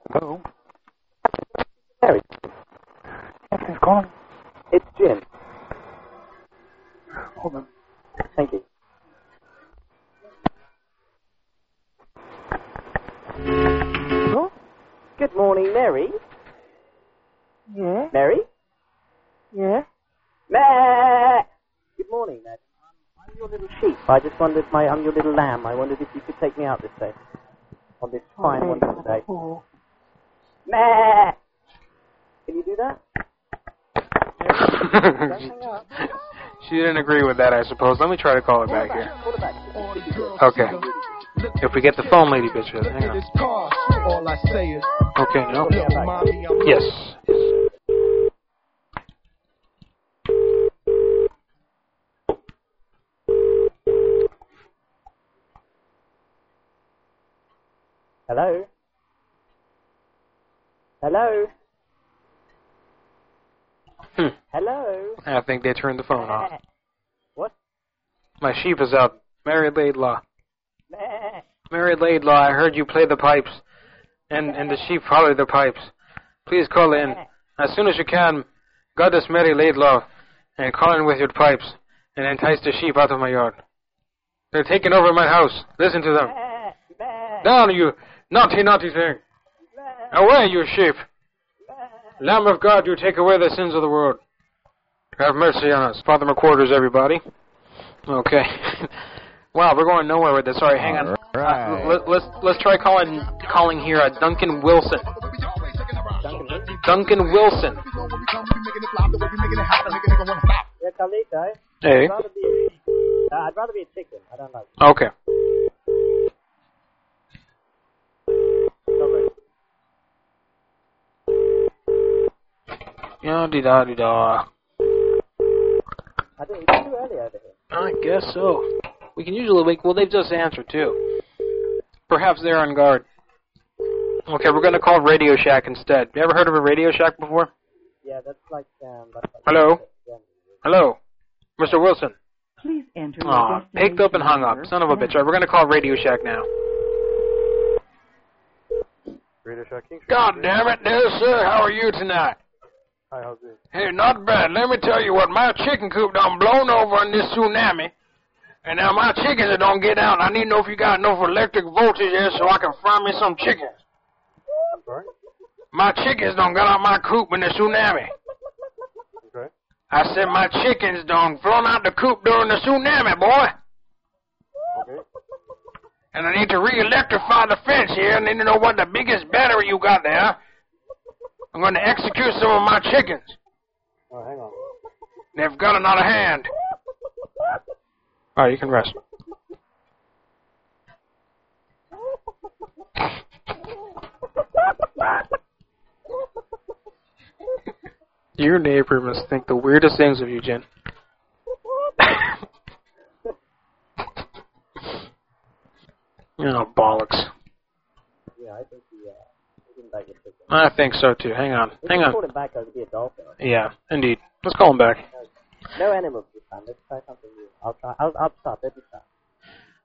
Hello.
Mary.
Anthony's calling.
It's Jim.
Hold on.
Thank you.
Hello?
Good morning, Mary.
Yeah.
Mary?
Yeah.
Ma- Good morning, Mary. I'm your little sheep. I just wondered, my, I'm your little lamb. I wondered if you could take me out this day. On this fine, wonderful day. Meh. Can you do that?
she didn't agree with that, I suppose. Let me try to call her back here. Okay. If we get the phone lady bitch, with it. hang on.
All I say is.
Okay, no. Yes.
Hello? Hello?
Hmm.
Hello?
I think they turned the phone off.
What?
My sheep is out. Mary Laidlaw.
Meh.
Mary Laidlaw, I heard you play the pipes. And and the sheep follow the pipes. Please call in. As soon as you can, Goddess Mary Laidlaw, and call in with your pipes, and entice the sheep out of my yard. They're taking over my house. Listen to them. Down, you naughty, naughty thing. Away, you sheep. Lamb of God, you take away the sins of the world. Have mercy on us. Father McQuarters, everybody. Okay. wow, we're going nowhere with this. All right, hang on. Uh, let, let's let's try calling calling here uh, Duncan Wilson. Duncan Wilson.
Yeah, Carlito.
Hey.
I'd rather be, uh, I'd rather be a chicken. I don't know.
Okay. Yeah, dee da dee da.
I don't, it's too early over here.
I guess so. We can usually wake. Well, they've just answered too. Perhaps they're on guard. Okay, we're gonna call Radio Shack instead. You ever heard of a Radio Shack before?
Yeah, that's like, um, that's like
Hello. Hello, Mr. Wilson.
Please enter.
Aw, picked up and hung up. Son of a bitch. All right, we're gonna call Radio Shack now.
Radio Shack King Street.
God damn it, no sir. How are you tonight?
Hi, how's it?
Hey, not bad. Let me tell you what. My chicken coop done blown over in this tsunami, and now my chickens are don't get out. I need to know if you got enough electric voltage here so I can fry me some chickens.
I'm sorry?
My chickens don't got out my coop in the tsunami.
Okay.
I said my chickens done flown out the coop during the tsunami, boy.
Okay.
And I need to re-electrify the fence here. I need to know what the biggest battery you got there. I'm going to execute some of my chickens.
Oh, hang on.
They've got another hand.
All right, you can rest. Your neighbor must think the weirdest things of you, Jen. Oh, bollocks.
Yeah, I think he, uh, he didn't like it.
I think so too. Hang on.
We
Hang
can
on.
call him back as be a dolphin.
Yeah, indeed. Let's call him back.
No animals this time. Let's try something new. I'll try. I'll, I'll start every time.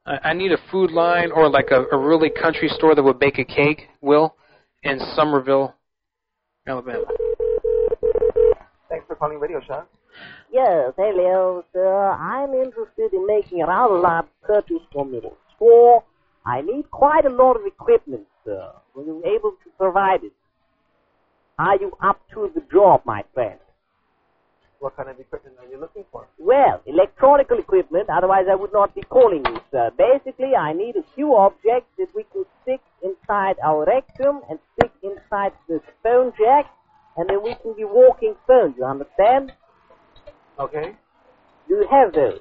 I, I need a food line or like a, a really country store that would bake a cake, Will, in Somerville, Alabama.
Thanks for calling Radio Shack.
Yes, hello, sir. I'm interested in making an out-of-line purchase from your store. I need quite a lot of equipment, sir. Were you able to provide it? Are you up to the job, my friend?
What kind of equipment are you looking for?
Well, electronical equipment, otherwise I would not be calling you, sir. Basically, I need a few objects that we can stick inside our rectum and stick inside this phone jack, and then we can be walking phones, you understand?
Okay.
Do you have those?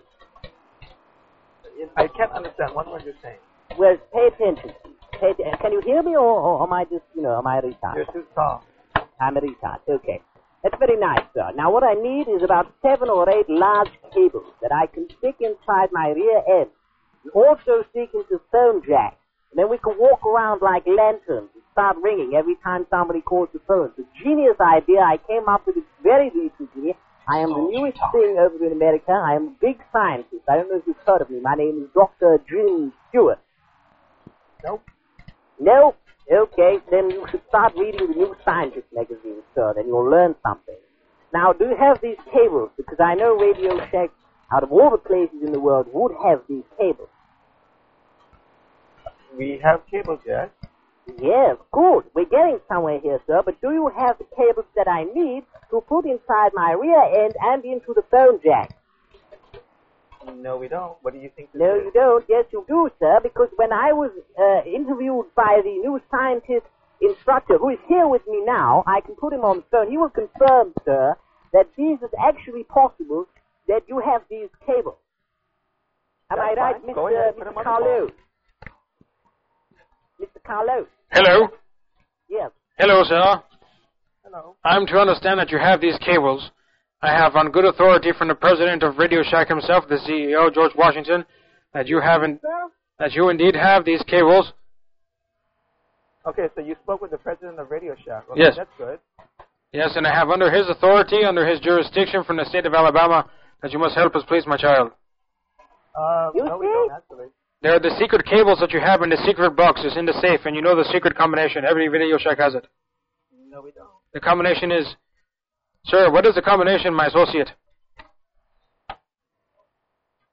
I can't understand one word you're saying.
Well, pay attention. Pay atten- Can you hear me, or, or am I just, you know, am I retarded?
You're too soft.
I'm a retard. Okay. That's very nice, sir. Now, what I need is about seven or eight large cables that I can stick inside my rear end and also stick into phone jacks. And then we can walk around like lanterns and start ringing every time somebody calls the phone. It's a genius idea. I came up with it very recently. I am the newest thing over in America. I am a big scientist. I don't know if you've heard of me. My name is Dr. Jim Stewart.
Nope.
No? Okay, then you should start reading the New Scientist magazine, sir. Then you'll learn something. Now, do you have these cables? Because I know Radio Shack, out of all the places in the world, would have these cables.
We have cables, yes?
Yes, good. We're getting somewhere here, sir. But do you have the cables that I need to put inside my rear end and into the phone jack?
No, we don't. What do you think? This
No,
is?
you don't. Yes, you do, sir, because when I was uh, interviewed by the new scientist instructor who is here with me now, I can put him on the phone. He will confirm, sir, that this is actually possible that you have these cables. Am
That's
I right,
fine. Go
Mr.
ahead, put him
Mr.
on the
Carlo? Mr. Carlo?
Hello.
Yes.
Hello, sir.
Hello.
I'm to understand that you have these cables. I have on good authority from the president of Radio Shack himself, the CEO, George Washington, that you haven't that you indeed have these cables.
Okay, so you spoke with the president of Radio Shack. Okay,
Yes.
That's good.
Yes, and I have under his authority, under his jurisdiction from the state of Alabama, that you must help us place my child.
Uh,
Um, no, we don't actually.
There are the secret cables that you have in the secret box. It's in the safe, and you know the secret combination. Every Radio Shack has it.
No, we don't.
The combination is, sir. What is the combination, my associate?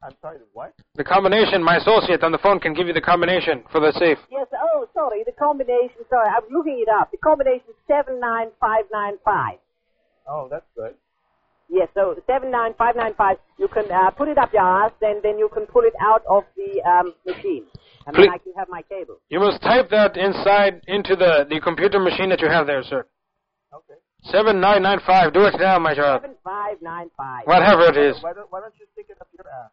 I'm sorry, what?
The combination, my associate on the phone can give you the combination for the safe.
Yes. Oh, sorry. The combination. Sorry, I'm looking it up. The combination is seven nine five nine five.
Oh, that's good.
Yes, so seven nine five nine five. You can uh, put it up your ass, then then you can pull it out of the um, machine, and
Please-
then I can have my cable.
You must type that inside into the, the computer machine that you have there, sir.
Okay.
7995. Do it now, my child.
Seven five nine five.
Whatever it is.
Why don't, why don't you stick it up your ass?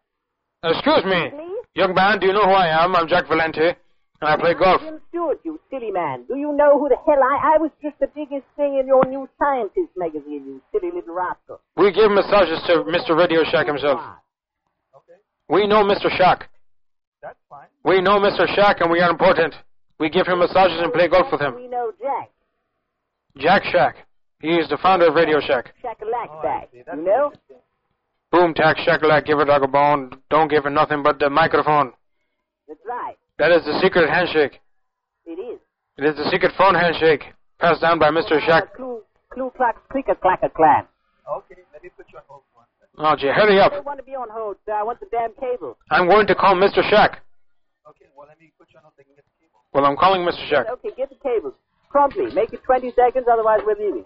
Excuse me. Young man, do you know who I am? I'm Jack Valente, and I play golf.
Jim Stewart, you silly man. Do you know who the hell I? I was just the biggest thing in your New Scientist magazine, you silly little rascal.
We give massages to Mr. Radio Shack himself. We know Mr. Shack.
That's fine.
We know Mr. Shack, and we are important. We give him massages and play golf with him.
We know Jack
Jack Shack. He is the founder of Radio Shack.
Oh,
Shackalack Back. you know?
Boom, tack, shakalak, give a dog a bone. Don't give it nothing but the microphone.
That's right.
That is the secret handshake.
It is.
It is the secret phone handshake passed down by Mr. Shack.
Clue, clue, clucks, clicker, clacker, clan.
Okay, let me put you on hold for one.
Oh, gee, hurry
I don't
up.
want to be on hold, sir. I want the damn cable.
I'm going to call Mr. Shack.
Okay, well, let me put you on hold. so you can get the cable.
Well, I'm calling Mr. Shack.
Okay, get the cable. Promptly. Make it 20 seconds, otherwise we're leaving.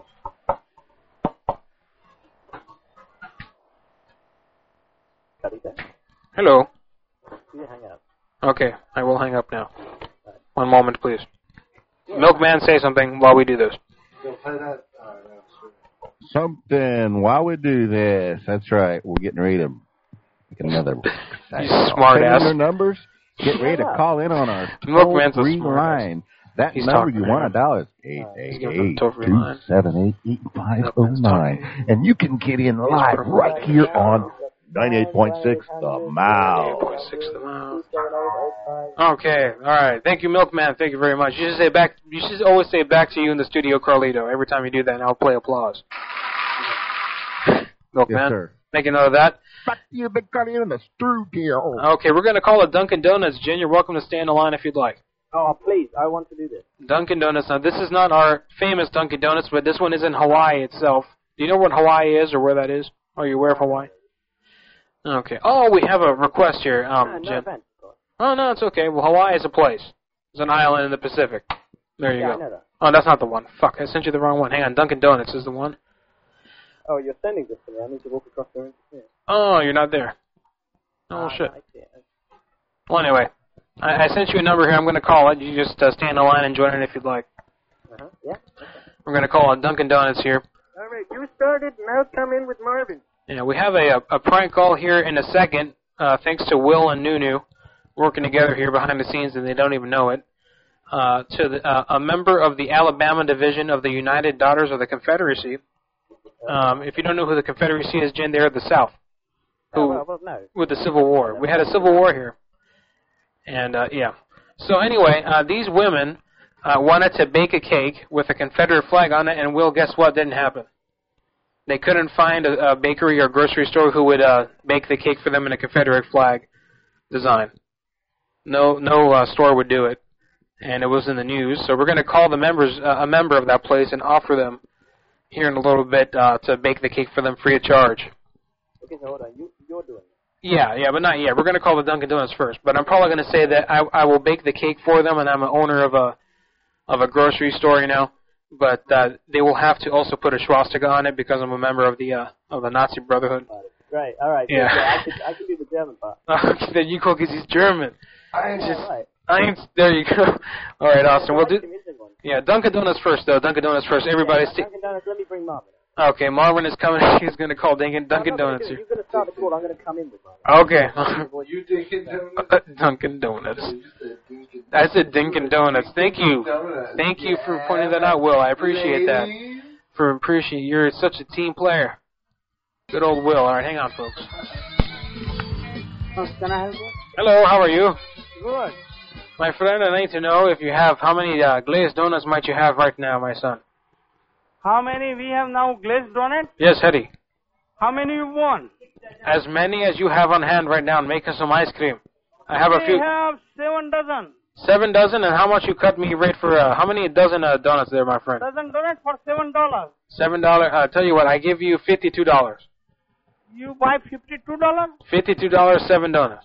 Hello.
You hang up.
Okay, I will hang up now. One moment, please. Milkman, say something while we do this.
So play that. Uh,
Something while we do this. That's right. We're getting rid of them. Make another.
You smart
Say
ass.
Your numbers. Get ready to
Yeah.
call in on our toll
Milkman's a
free
smart
line. That
He's
number
talking
you
to
want to
him.
dial is eight eight eight two oh seven eight eight five zero nine, and you can get in live right here on 98.6 The Mile.
Okay, all right. Thank you, Milkman. Thank you very much. You should say back. You should always say back to you in the studio, Carlito. Every time you do that, and I'll play applause. Milkman,
Yes, sir.
make a note of that.
Fuck you, big cutie in the studio.
Okay, we're gonna call it Dunkin' Donuts. Jen, you're welcome to stay on the line if you'd like.
Oh, please, I want to do this.
Dunkin' Donuts. Now, this is not our famous Dunkin' Donuts, but this one is in Hawaii itself. Do you know what Hawaii is or where that is? Are you aware of Hawaii? Okay. Oh, we have a request here,
Ah,
um,
no
Jen.
offense.
Oh no, it's okay. Well, Hawaii is a place. It's an island in the Pacific. There you
Yeah, I know
go.
that.
Oh, that's not the one. Fuck, I sent you the wrong one. Hang on, Dunkin' Donuts is the one.
Oh, you're sending this to me. I need to walk across the room. Yeah.
Oh, you're not there. Oh shit. Well, anyway, I, I sent you a number here. I'm going to call it. You just uh, stay on the line and join it if you'd like.
Uh-huh. Yeah.
We're going to call on Dunkin' Donuts here.
All right, you started. Now come in with Marvin.
Yeah, we have a, a prank call here in a second, uh, thanks to Will and Nunu working together here behind the scenes, and they don't even know it. Uh, to the, uh, a member of the Alabama division of the United Daughters of the Confederacy. Um, if you don't know who the Confederacy is, Jen, they're the South
Oh,
Who-
well, well, no.
with the Civil War. We had a Civil War here, and uh, yeah. So anyway, uh, these women uh, wanted to bake a cake with a Confederate flag on it, and Will, guess what? Didn't happen. They couldn't find a, a bakery or grocery store who would uh, make the cake for them in a Confederate flag design. No, no uh, store would do it, and it was in the news. So we're going to call the members, uh, a member of that place, and offer them here in a little bit uh, to bake the cake for them free of charge.
Okay, so hold on. You, you're doing it.
Yeah, yeah, but not yet. We're gonna call the Dunkin' Donuts first, but I'm probably gonna say that I I will bake the cake for them, and I'm an owner of a of a grocery store, you know. But uh, they will have to also put a swastika on it because I'm a member of the uh, of the Nazi Brotherhood.
Right, all right.
Yeah.
I, can, I can do the German part.
then you go 'cause he's German. I ain't
Yeah,
just
right.
I ain't. There you go. All right, Austin. We'll do.
Give me the one.
Yeah, Dunkin' Donuts first, though. Dunkin' Donuts first. Everybody.
Yeah,
St-
Dunkin' Donuts, let me bring Marvin.
okay, Marvin is coming. He's gonna call Dunkin' Dunkin' Donuts.
You're going to start the call. I'm going to come in with Marvin.
Okay.
You Dunkin' Donuts?
Dunkin' Donuts. I said Dinkin' Donuts. Thank you. Thank you for pointing that out, Will. I appreciate that. For appreciate you're such a team player. Good old Will. All right, hang on, folks.
Oh, can I have one?
Hello, how are you,
Good.
my friend? I need to know if you have how many uh, glazed donuts might you have right now, my son?
How many we have now glazed donut?
Yes, Hetty.
How many you want?
As many as you have on hand right now, and make us some ice cream. I have a
we
few,
have seven dozen.
seven dozen, and how much you cut me rate for uh, how many dozen uh, donuts there, my friend?
Dozen donut for seven dollars.
Seven dollar. Uh, tell you what, I give you fifty-two dollars.
You buy fifty-two dollars?
Fifty-two dollars, seven donuts.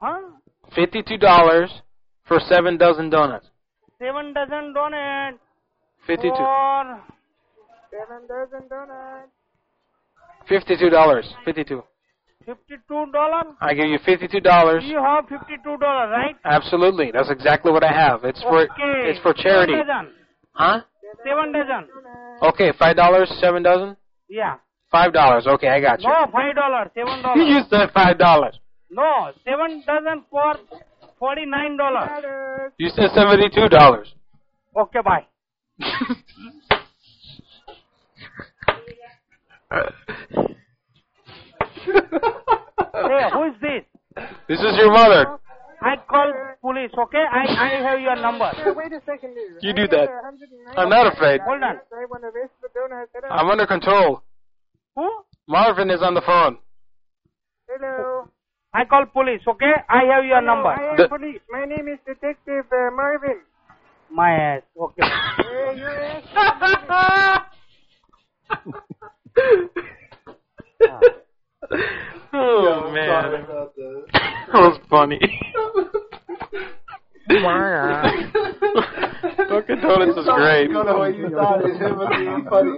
Huh?
Fifty-two dollars for seven dozen donuts.
Seven dozen donut.
Fifty-two.
For seven dozen donut.
Fifty-two dollars. Fifty-two.
Fifty-two dollars.
I give you fifty-two dollars.
You have fifty-two dollars, right?
Absolutely. That's exactly what I have. It's for
okay.
it's for charity.
Seven dozen.
Huh?
Seven dozen.
Okay, five dollars, seven dozen.
Yeah.
Five dollars. Okay, I got you.
No, five dollars. Seven dollars.
you said five dollars.
No, seven dozen for forty-nine dollars.
You said seventy-two dollars.
Okay, bye. hey, who is this?
This is your mother.
I call police. Okay, I I have your number.
Wait a second, dude.
You do that. I'm not afraid.
Hold on.
I'm under control.
Who?
Marvin is on the phone.
Hello. I call police. Okay, I have your number.
I am
The-
police. My name is Detective uh, Marvin.
My ass. Okay.
Uh, your ass.
Oh
I'm sorry
man,
about that.
that was funny. Dunkin' Donuts is great.
I don't know what you thought. It's him being funny.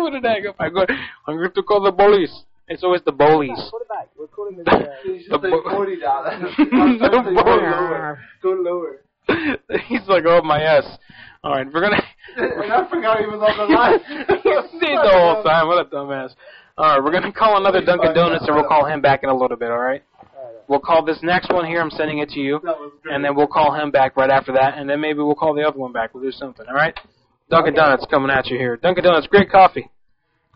what did I go? I go. I'm going to call the police. It's always the bullies.
Put it back. We're calling this guy. He's
The
just like
bo-
forty dollars.
The
Go
bullies.
lower. Go lower.
He's like, oh my ass. All right, we're gonna.
And I forgot he was on the line.
you see the whole time. What a dumbass. All right, we're gonna call another Dunkin' Donuts, and we'll call him back in a little bit. All right. We'll call this next one here. I'm sending it to you, and then we'll call him back right after that, and then maybe we'll call the other one back. We'll do something. All right. Dunkin' Donuts coming at you here. Dunkin' Donuts, great coffee.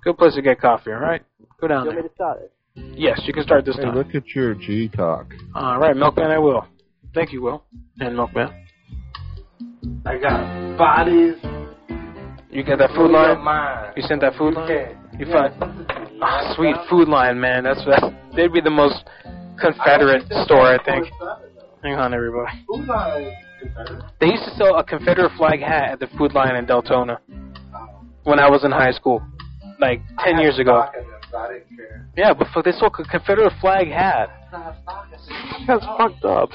Good place to get coffee, all right? Go down
You want
there.
me to start it?
Yes, you can start this
hey,
time.
look at your G talk.
All right, Milkman, I will. Thank you, Will. And Milkman.
I got bodies.
You get that food
Food
line?
of mine.
You sent that food line?
Yeah.
You find Ah, sweet food line, man. That's what they'd be the most Confederate store, I think. Hang on, everybody.
Food line. Confederate.
They used to sell a Confederate flag hat at the food line in Deltona when I was in high school, like ten years ago.
Fuck it, so I didn't care.
Yeah, but fuck, they sold a Confederate flag hat. That's fucked up.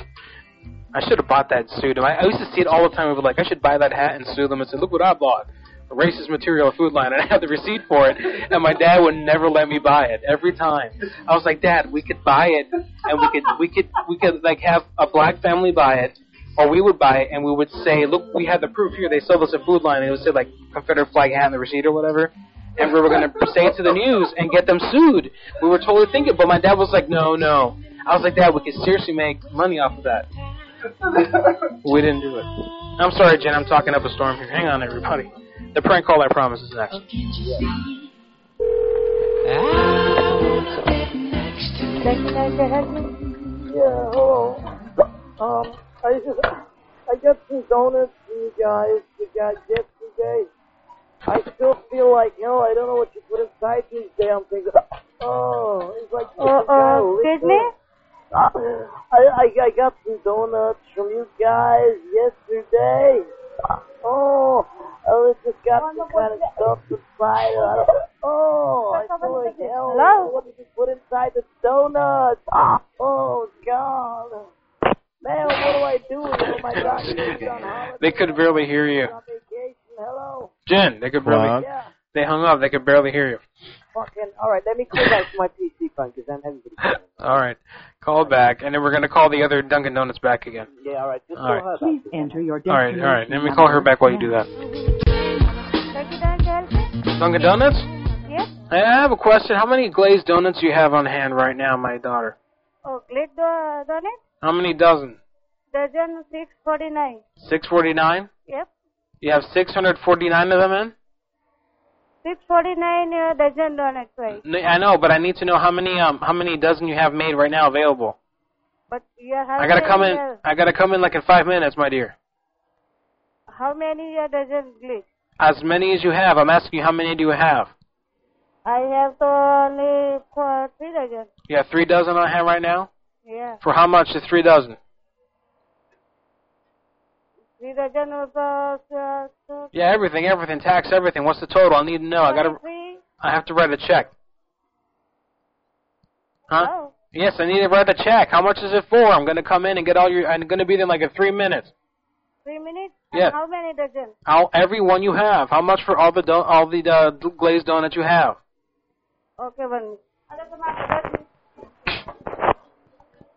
I should have bought that and sued him. I, I used to see it all the time. I was like, I should buy that hat and sue them and say, look what I bought. Racist material at food line, and I had the receipt for it, and my dad would never let me buy it. Every time, I was like, Dad, we could buy it, and we could, we could, we could like have a black family buy it, or we would buy it, and we would say, Look, we have the proof here. They sold us at food line, and it would say like Confederate flag hat and the receipt or whatever, and we were gonna say it to the news and get them sued. We were totally thinking, but my dad was like, No, no. I was like, Dad, we could seriously make money off of that. We didn't do it. I'm sorry, Jen. I'm talking up a storm here. Hang on, everybody. The prank call, I promise, is next.
Can, can, can I help you? Yeah, oh. hello. Um, I just, I got some donuts for you guys. You got gifts today. I still feel like hell. I don't know what you put inside these damn things. Oh, it's like
Uh, uh, business?
Uh, I, I I got some donuts from you guys yesterday. Oh, I just got some kind of stuff inside. I don't- Oh, I feel like hell.
Hello?
What did you put inside the donuts? Oh God, man, what do I do? Oh my God, you guys on holiday
They could barely hear you,
vacation? Hello,
Jen. They could barely.
yeah,
They hung up. They could barely hear you.
fucking. All right, let me go back to my PC phone because I'm having.
All right, call back, and then we're gonna call the other Dunkin' Donuts back again.
Yeah, all right, just
All
go
right.
ahead.
Please enter your
All right, all right. Let me call her back while you do that. Dunkin' Donuts.
Yes?
I have a question. How many glazed donuts do you have on hand right now, my daughter?
Oh, click the donut.
How many dozen?
Dozen 649.
Six forty-nine.
Yep.
You have six hundred forty-nine of them in.
649 uh, dozen donut price.
N- I know, but I need to know how many um how many dozen you have made right now available.
But you have
I gotta come in.
uh,
I gotta come in like in five minutes, my dear.
How many uh, dozen glitch?
As many as you have. I'm asking you how many do you have?
I have the only for three dozen.
You have three dozen on hand right now.
Yeah.
For how much is three dozen?
Three dozen of uh, uh, so-
Yeah, everything, everything, tax, everything. What's the total? I need to know. I gotta.
three.
I have to write a check. Huh?
Oh.
Yes, I need to write a check. How much is it for? I'm gonna come in and get all your. I'm gonna be there in like in three minutes.
Three minutes?
Yeah.
And how many dozen?
How every one you have? How much for all the do- all the uh, glazed donuts you have?
Okay, one minute.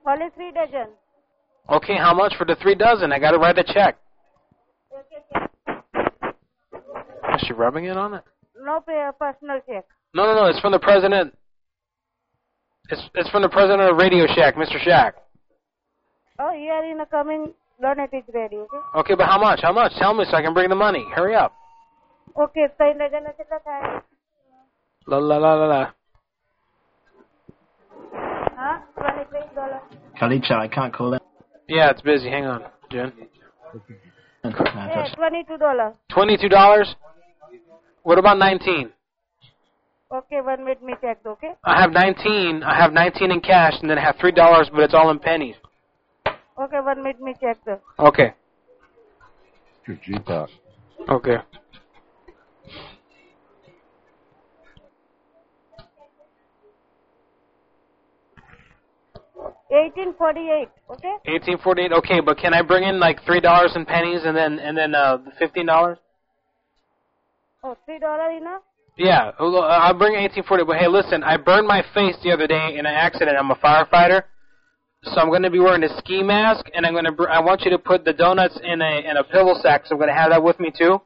Only three dozen.
Okay, how much for the three dozen? I gotta write a check. Is she rubbing it on it?
No pay- personal check.
No, no, no. It's from the president. It's it's from the president of Radio Shack, Mr. Shack.
Oh, here in the coming donut is ready, okay?
Okay, but how much? How much? Tell me so I can bring the money. Hurry up.
Okay, three dozen na કેટલા થાય?
La la la la la.
Huh? $23.
Calypso, I can't call that.
Yeah, it's busy. Hang on, Jen. Ah,
Yeah, $22.
Twenty-two dollars. What about nineteen?
Okay, one minute me check, okay?
I have nineteen. I have nineteen in cash, and then I have three dollars, but it's all in pennies.
Okay, one minute me check. the-
Okay.
Your G talk.
Okay.
Eighteen forty-eight. Okay.
Eighteen forty-eight. Okay, but can I bring in like three dollars in pennies, and then and then uh fifteen dollars?
Oh, three dollar enough.
Yeah, well, uh, I'll bring 1840. But hey, listen, I burned my face the other day in an accident. I'm a firefighter, so I'm going to be wearing a ski mask, and I'm going to. Br- I want you to put the donuts in a in a pillow sack. So I'm going to have that with me too,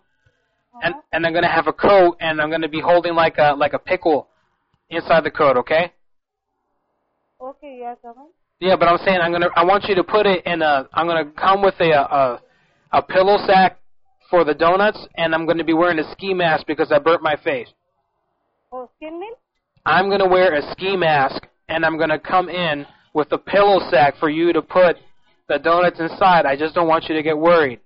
and and I'm going to have a coat, and I'm going to be holding like a like a pickle inside the coat. Okay.
Okay, yeah, come.
Yeah, but I'm saying I'm gonna. I want you to put it in a. I'm gonna come with a a, a pillow sack for the donuts, and I'm going to be wearing a ski mask because I burnt my face.
Oh, skin meal?
I'm going to wear a ski mask and I'm going to come in with a pillow sack for you to put the donuts inside. I just don't want you to get worried.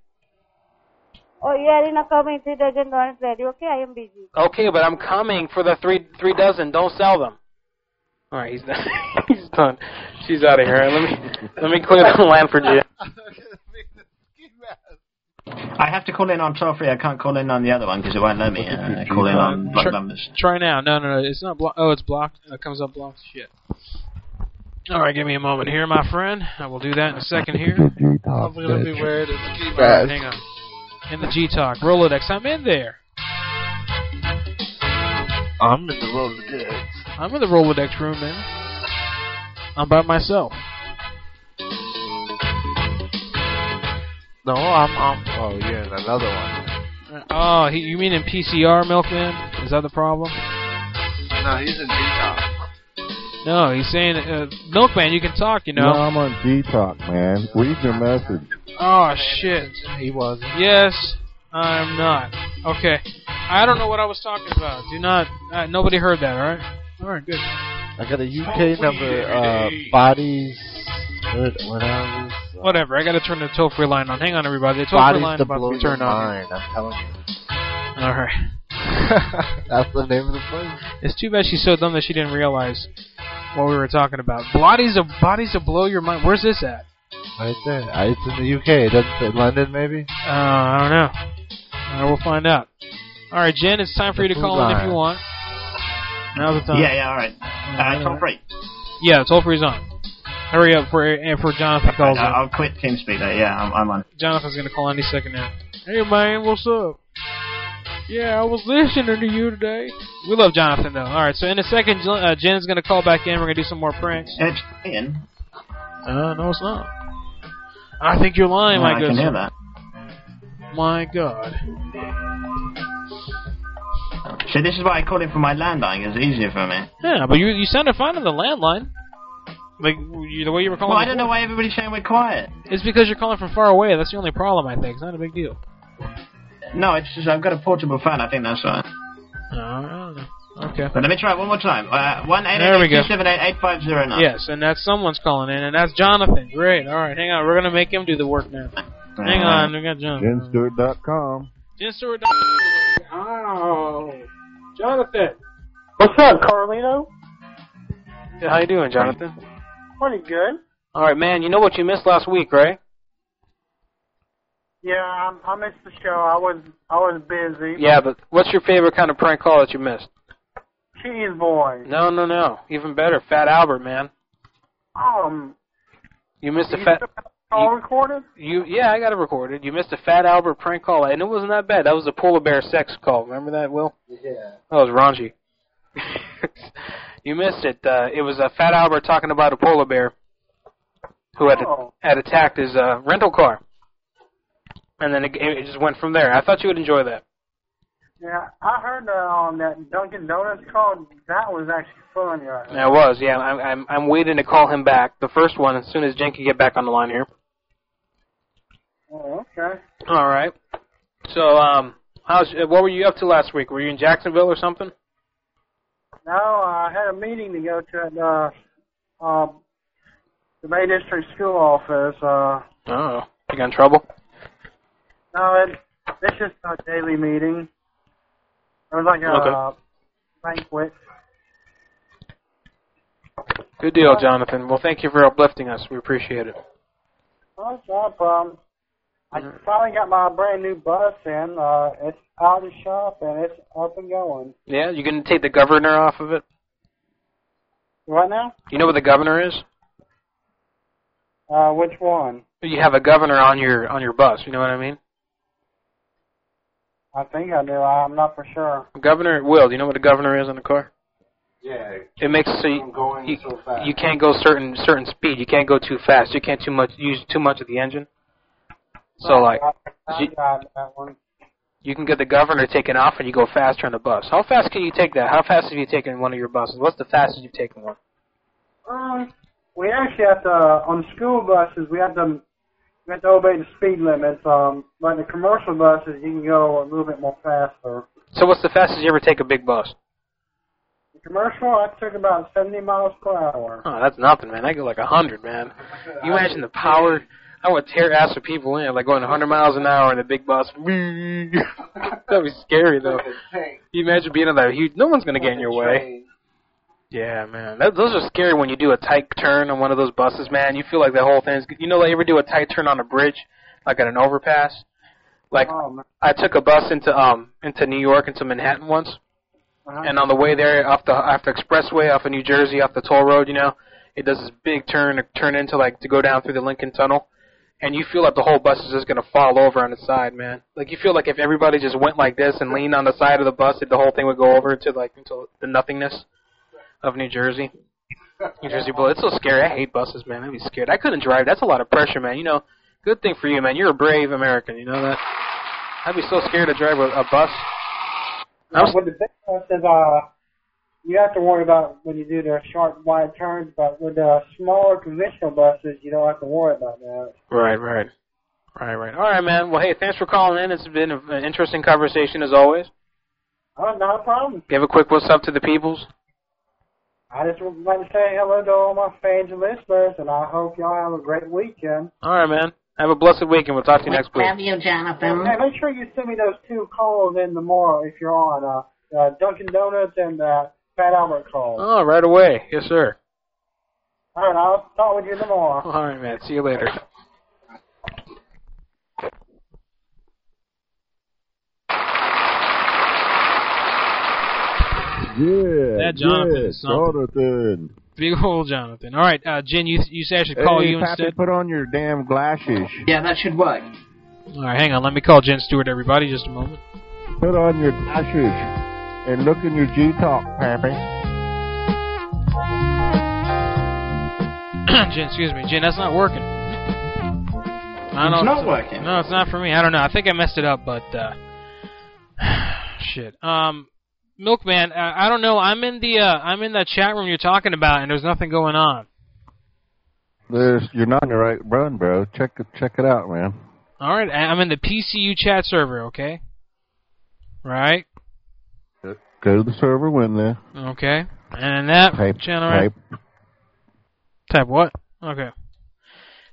Oh, you are in a coming three dozen donuts ready. Okay, I am busy.
Okay, but I'm coming for the three three dozen. Don't sell them. All right, he's done. he's done. She's out of here. Let me let me clear the land for you.
I have to call in on toll free. I can't call in on the other one because it won't let me uh, call in on block numbers.
Try now. No, no, no. It's not blocked. Oh, it's blocked. It comes up blocked. Shit. All right, give me a moment here, my friend. I will do that in a second here. Hopefully, it'll be where it is. All right, hang on. In the G Talk Rolodex, I'm in there.
I'm in the Rolodex.
I'm in the Rolodex room, man. I'm by myself.
No, I'm, I'm. Oh, you're in another one.
Oh, he, you mean in PCR, Milkman? Is that the problem?
No, he's in detox.
No, he's saying, uh, Milkman, you can talk, you know.
I'm on detox, man. Read your message.
Oh, shit.
He was.
Yes, I'm not. Okay. I don't know what I was talking about. Do not. Uh, nobody heard that, alright? Alright, good.
I got a UK number. Uh, bodies. What, what else?
Whatever, I gotta turn the toll free line on. Hang on, everybody. The toll free
Bodies
line
to
about
blow
to
your
turn on.
mind. I'm telling you.
Alright.
That's the name of the place.
It's too bad she's so dumb that she didn't realize what we were talking about. Bodies of bodies to blow your mind. Where's this at?
Right there. Uh, It's in the UK. It doesn't say London, maybe?
Uh, I don't know. Uh, we'll find out. All right, Jen, it's time for you to call in if you want. Now's the time.
Yeah, yeah, all right. Uh, toll free.
Yeah, toll free's on. Hurry up for and for Jonathan calls
I-
in.
I'll quit TeamSpeak. Yeah, I'm, I'm on.
Jonathan's gonna call any second now. Hey man, what's up? Yeah, I was listening to you today. We love Jonathan though. All right, so in a second, Jo- uh, Jen's gonna call back in. We're gonna do some more pranks.
It's in.
Uh, no, it's not. I think you're lying,
Yeah,
Oh, my
I
good
can hear
sir.
that.
My God.
So this is why I called in from my landline. It's easier for me.
Yeah, but you you sounded fine on the landline. Like you, the way you were calling.
Well, I don't
before.
know why everybody's saying we're quiet.
It's because you're calling from far away. That's the only problem I think. It's not a big deal.
No, it's just I've got a portable phone. I think that's why.
Uh, I don't know. Okay.
But let me try one more time. Uh, one eight
There we
eight
go.
two seven eight eight five zero nine.
Yes, and that's someone's calling in, and that's Jonathan. Great. All right, hang on. We're gonna make him do the work now. Hang on, we got Jonathan.
JenStewart.com.
Jen Stewart. Oh, Jonathan.
What's
up, Carlino?
How you doing, Jonathan?
Pretty good.
All right, man. You know what you missed last week, right?
Yeah, I'm, I missed the show. I was I was busy.
Yeah, but what's your favorite kind of prank call that you missed?
Cheese boy.
No, no, no. Even better, Fat Albert, man.
Um,
You missed a
you
fat.
still have the call recorded?
You yeah, I got it recorded. You missed a Fat Albert prank call, and it wasn't that bad. That was a polar bear sex call. Remember that, Will?
Yeah.
That was raunchy. you missed it. Uh, it was a Fat Albert talking about a polar bear who had
Oh.
had attacked his uh, rental car, and then it, it just went from there. I thought you would enjoy that.
Yeah, I heard uh, on that Dunkin' Donuts call. That was actually fun, guys.
I was, yeah. I'm, I'm I'm waiting to call him back. The first one, as soon as Jen can get back on the line here.
Oh, okay.
All right. So, um, how's uh, what were you up to last week? Were you in Jacksonville or something?
No, uh, I had a meeting to go to at uh, um, the Bay District School office. Uh,
Oh, you got in trouble?
no, it, it's just a daily meeting. It was like a
Okay.
banquet.
Good deal, Jonathan. Well, thank you for uplifting us. We appreciate it.
Oh, it's not a problem. I
Mm-hmm.
finally got my brand new bus in. Uh, it's out of the shop and it's up and going.
Yeah, you gonna take the governor off of it?
Right now?
You know what the governor is?
Uh, which one?
You have a governor on your on your bus. You know what I mean?
I think I do. I'm not for sure.
Governor Will. Do you know what a governor is in the car?
Yeah.
It makes it so you,
I'm going
you,
so fast.
you can't go certain certain speed. You can't go too fast. You can't too much use too much of the engine.
Uh,
So like
I
you,
got that one.
you can get the governor taken off and you go faster on the bus. How fast can you take that? How fast have you taken one of your buses? What's the fastest you've taken one?
Um, we actually have to
uh,
on school buses. We have to we have to obey the speed limits. Um, but the commercial buses, you can go a little bit more faster.
So what's the fastest you ever take a big bus?
commercial, I took about 70 miles per hour.
Oh, that's nothing, man. I go like a hundred, man. Can You imagine the power. I would tear ass with people in, like going 100 miles an hour in a big bus. That'd be scary, though. You imagine being in that huge. No one's gonna get in your way. Yeah, man. That, those are scary when you do a tight turn on one of those buses, man. You feel like the whole thing's. You know, like you ever do a tight turn on a bridge, like at an overpass. Like
Um,
I took a bus into um into New York into Manhattan once,
Uh-huh.
and on the way there off the off the expressway off of New Jersey off the toll road, you know, it does this big turn turn into like to go down through the Lincoln Tunnel, and you feel like the whole bus is just gonna fall over on its side, man. Like you feel like if everybody just went like this and leaned on the side of the bus, that the whole thing would go over into like into the nothingness of New Jersey. New Jersey Bullet. It's so scary. I hate buses, man. I'd be scared. I couldn't drive. That's a lot of pressure, man. You know, good thing for you, man. You're a brave American. You know that. I'd be so scared to drive a, a bus. I was-
With the big bus is, uh, you have to worry about when you do the sharp wide turns, but with the smaller conventional buses, you don't have to worry about that.
Right, right. Right, right. All right, man. Well, hey, thanks for calling in. It's been a, an interesting conversation as always.
Oh, not a problem.
Give a quick what's up to the peoples.
I just would like to say hello to all my fans and listeners, and I hope y'all have a great weekend.
All right, man. Have a blessed weekend. We'll talk to you next week.
you, Jonathan. Hey, make sure you send me those two calls in tomorrow if you're on uh, uh, Dunkin' Donuts and uh, Fat Albert call.
Oh, right away. Yes, sir.
All right, I'll talk with you tomorrow.
All right, man. See you later.
That
Yeah.
Jonathan
yeah,
is something.
Jonathan.
Big old Jonathan. All right, uh, Jen, you you said I should call
hey,
you
Pappy,
instead.
put on your damn glasses.
Yeah, that should work.
All right, hang on. Let me call Jen Stewart. Everybody, just a moment.
Put on your glasses and look in your G Talk, Pappy.
Jen, excuse me, Jen. That's not working. I
It's
don't-
not working.
No, it's not for me. I don't know. I think I messed it up, but uh, shit. Um, Milkman, I, I don't know. I'm in the uh, I'm in that chat room you're talking about, and there's nothing going on.
There's, you're not in the right run, bro. Check it, check it out, man.
All right, I- I'm in the PCU chat server. Okay. Right.
Go to the server, win there.
Okay. And in that
Type,
channel, right?
type.
Type what? Okay.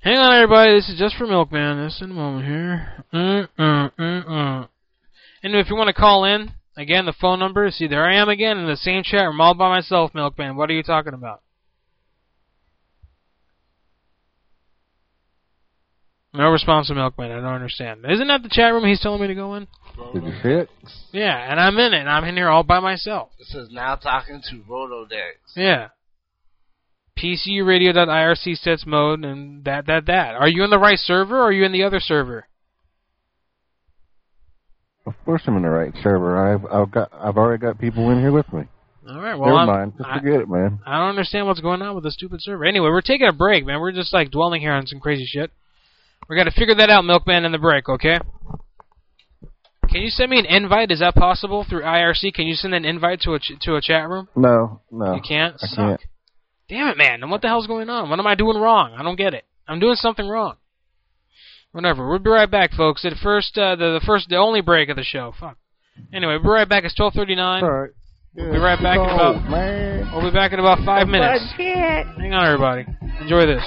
Hang on, everybody. This is just for Milkman. This in a moment here. Uh, uh, uh, uh. And if you want to call in, again, the phone number. See, there I am again in the same chat room all by myself, Milkman. What are you talking about? No response to Milkman. I don't understand. Isn't that the chat room he's telling me to go in?
Did you see it?
Yeah, and I'm in it, and I'm in here all by myself.
This is now talking to Rotodex.
Yeah. PCUradio.irc sets mode and that that that. Are you in the right server or are you in the other server?
Of course, I'm in the right server. I've, I've got, I've already got people in here with me.
All right, well
Never
I'm,
mind. Just
I,
forget it, man.
I don't understand what's going on with the stupid server. Anyway, we're taking a break, man. We're just like dwelling here on some crazy shit. We got to figure that out, Milkman, in the break, okay? Can you send me an invite? Is that possible through IRC? Can you send an invite to a ch- to a chat room?
No, no.
You can't?
I
Suck.
can't.
Damn it, man. And what the hell's going on? What am I doing wrong? I don't get it. I'm doing something wrong. Whatever. We'll be right back, folks. At first, uh, the, the first, the only break of the show. Fuck. Anyway, we'll be right back. It's 12:39. All
right.
We'll be right back in
Oh,
about. We'll be back in about five minutes. Hang on, everybody. Enjoy this.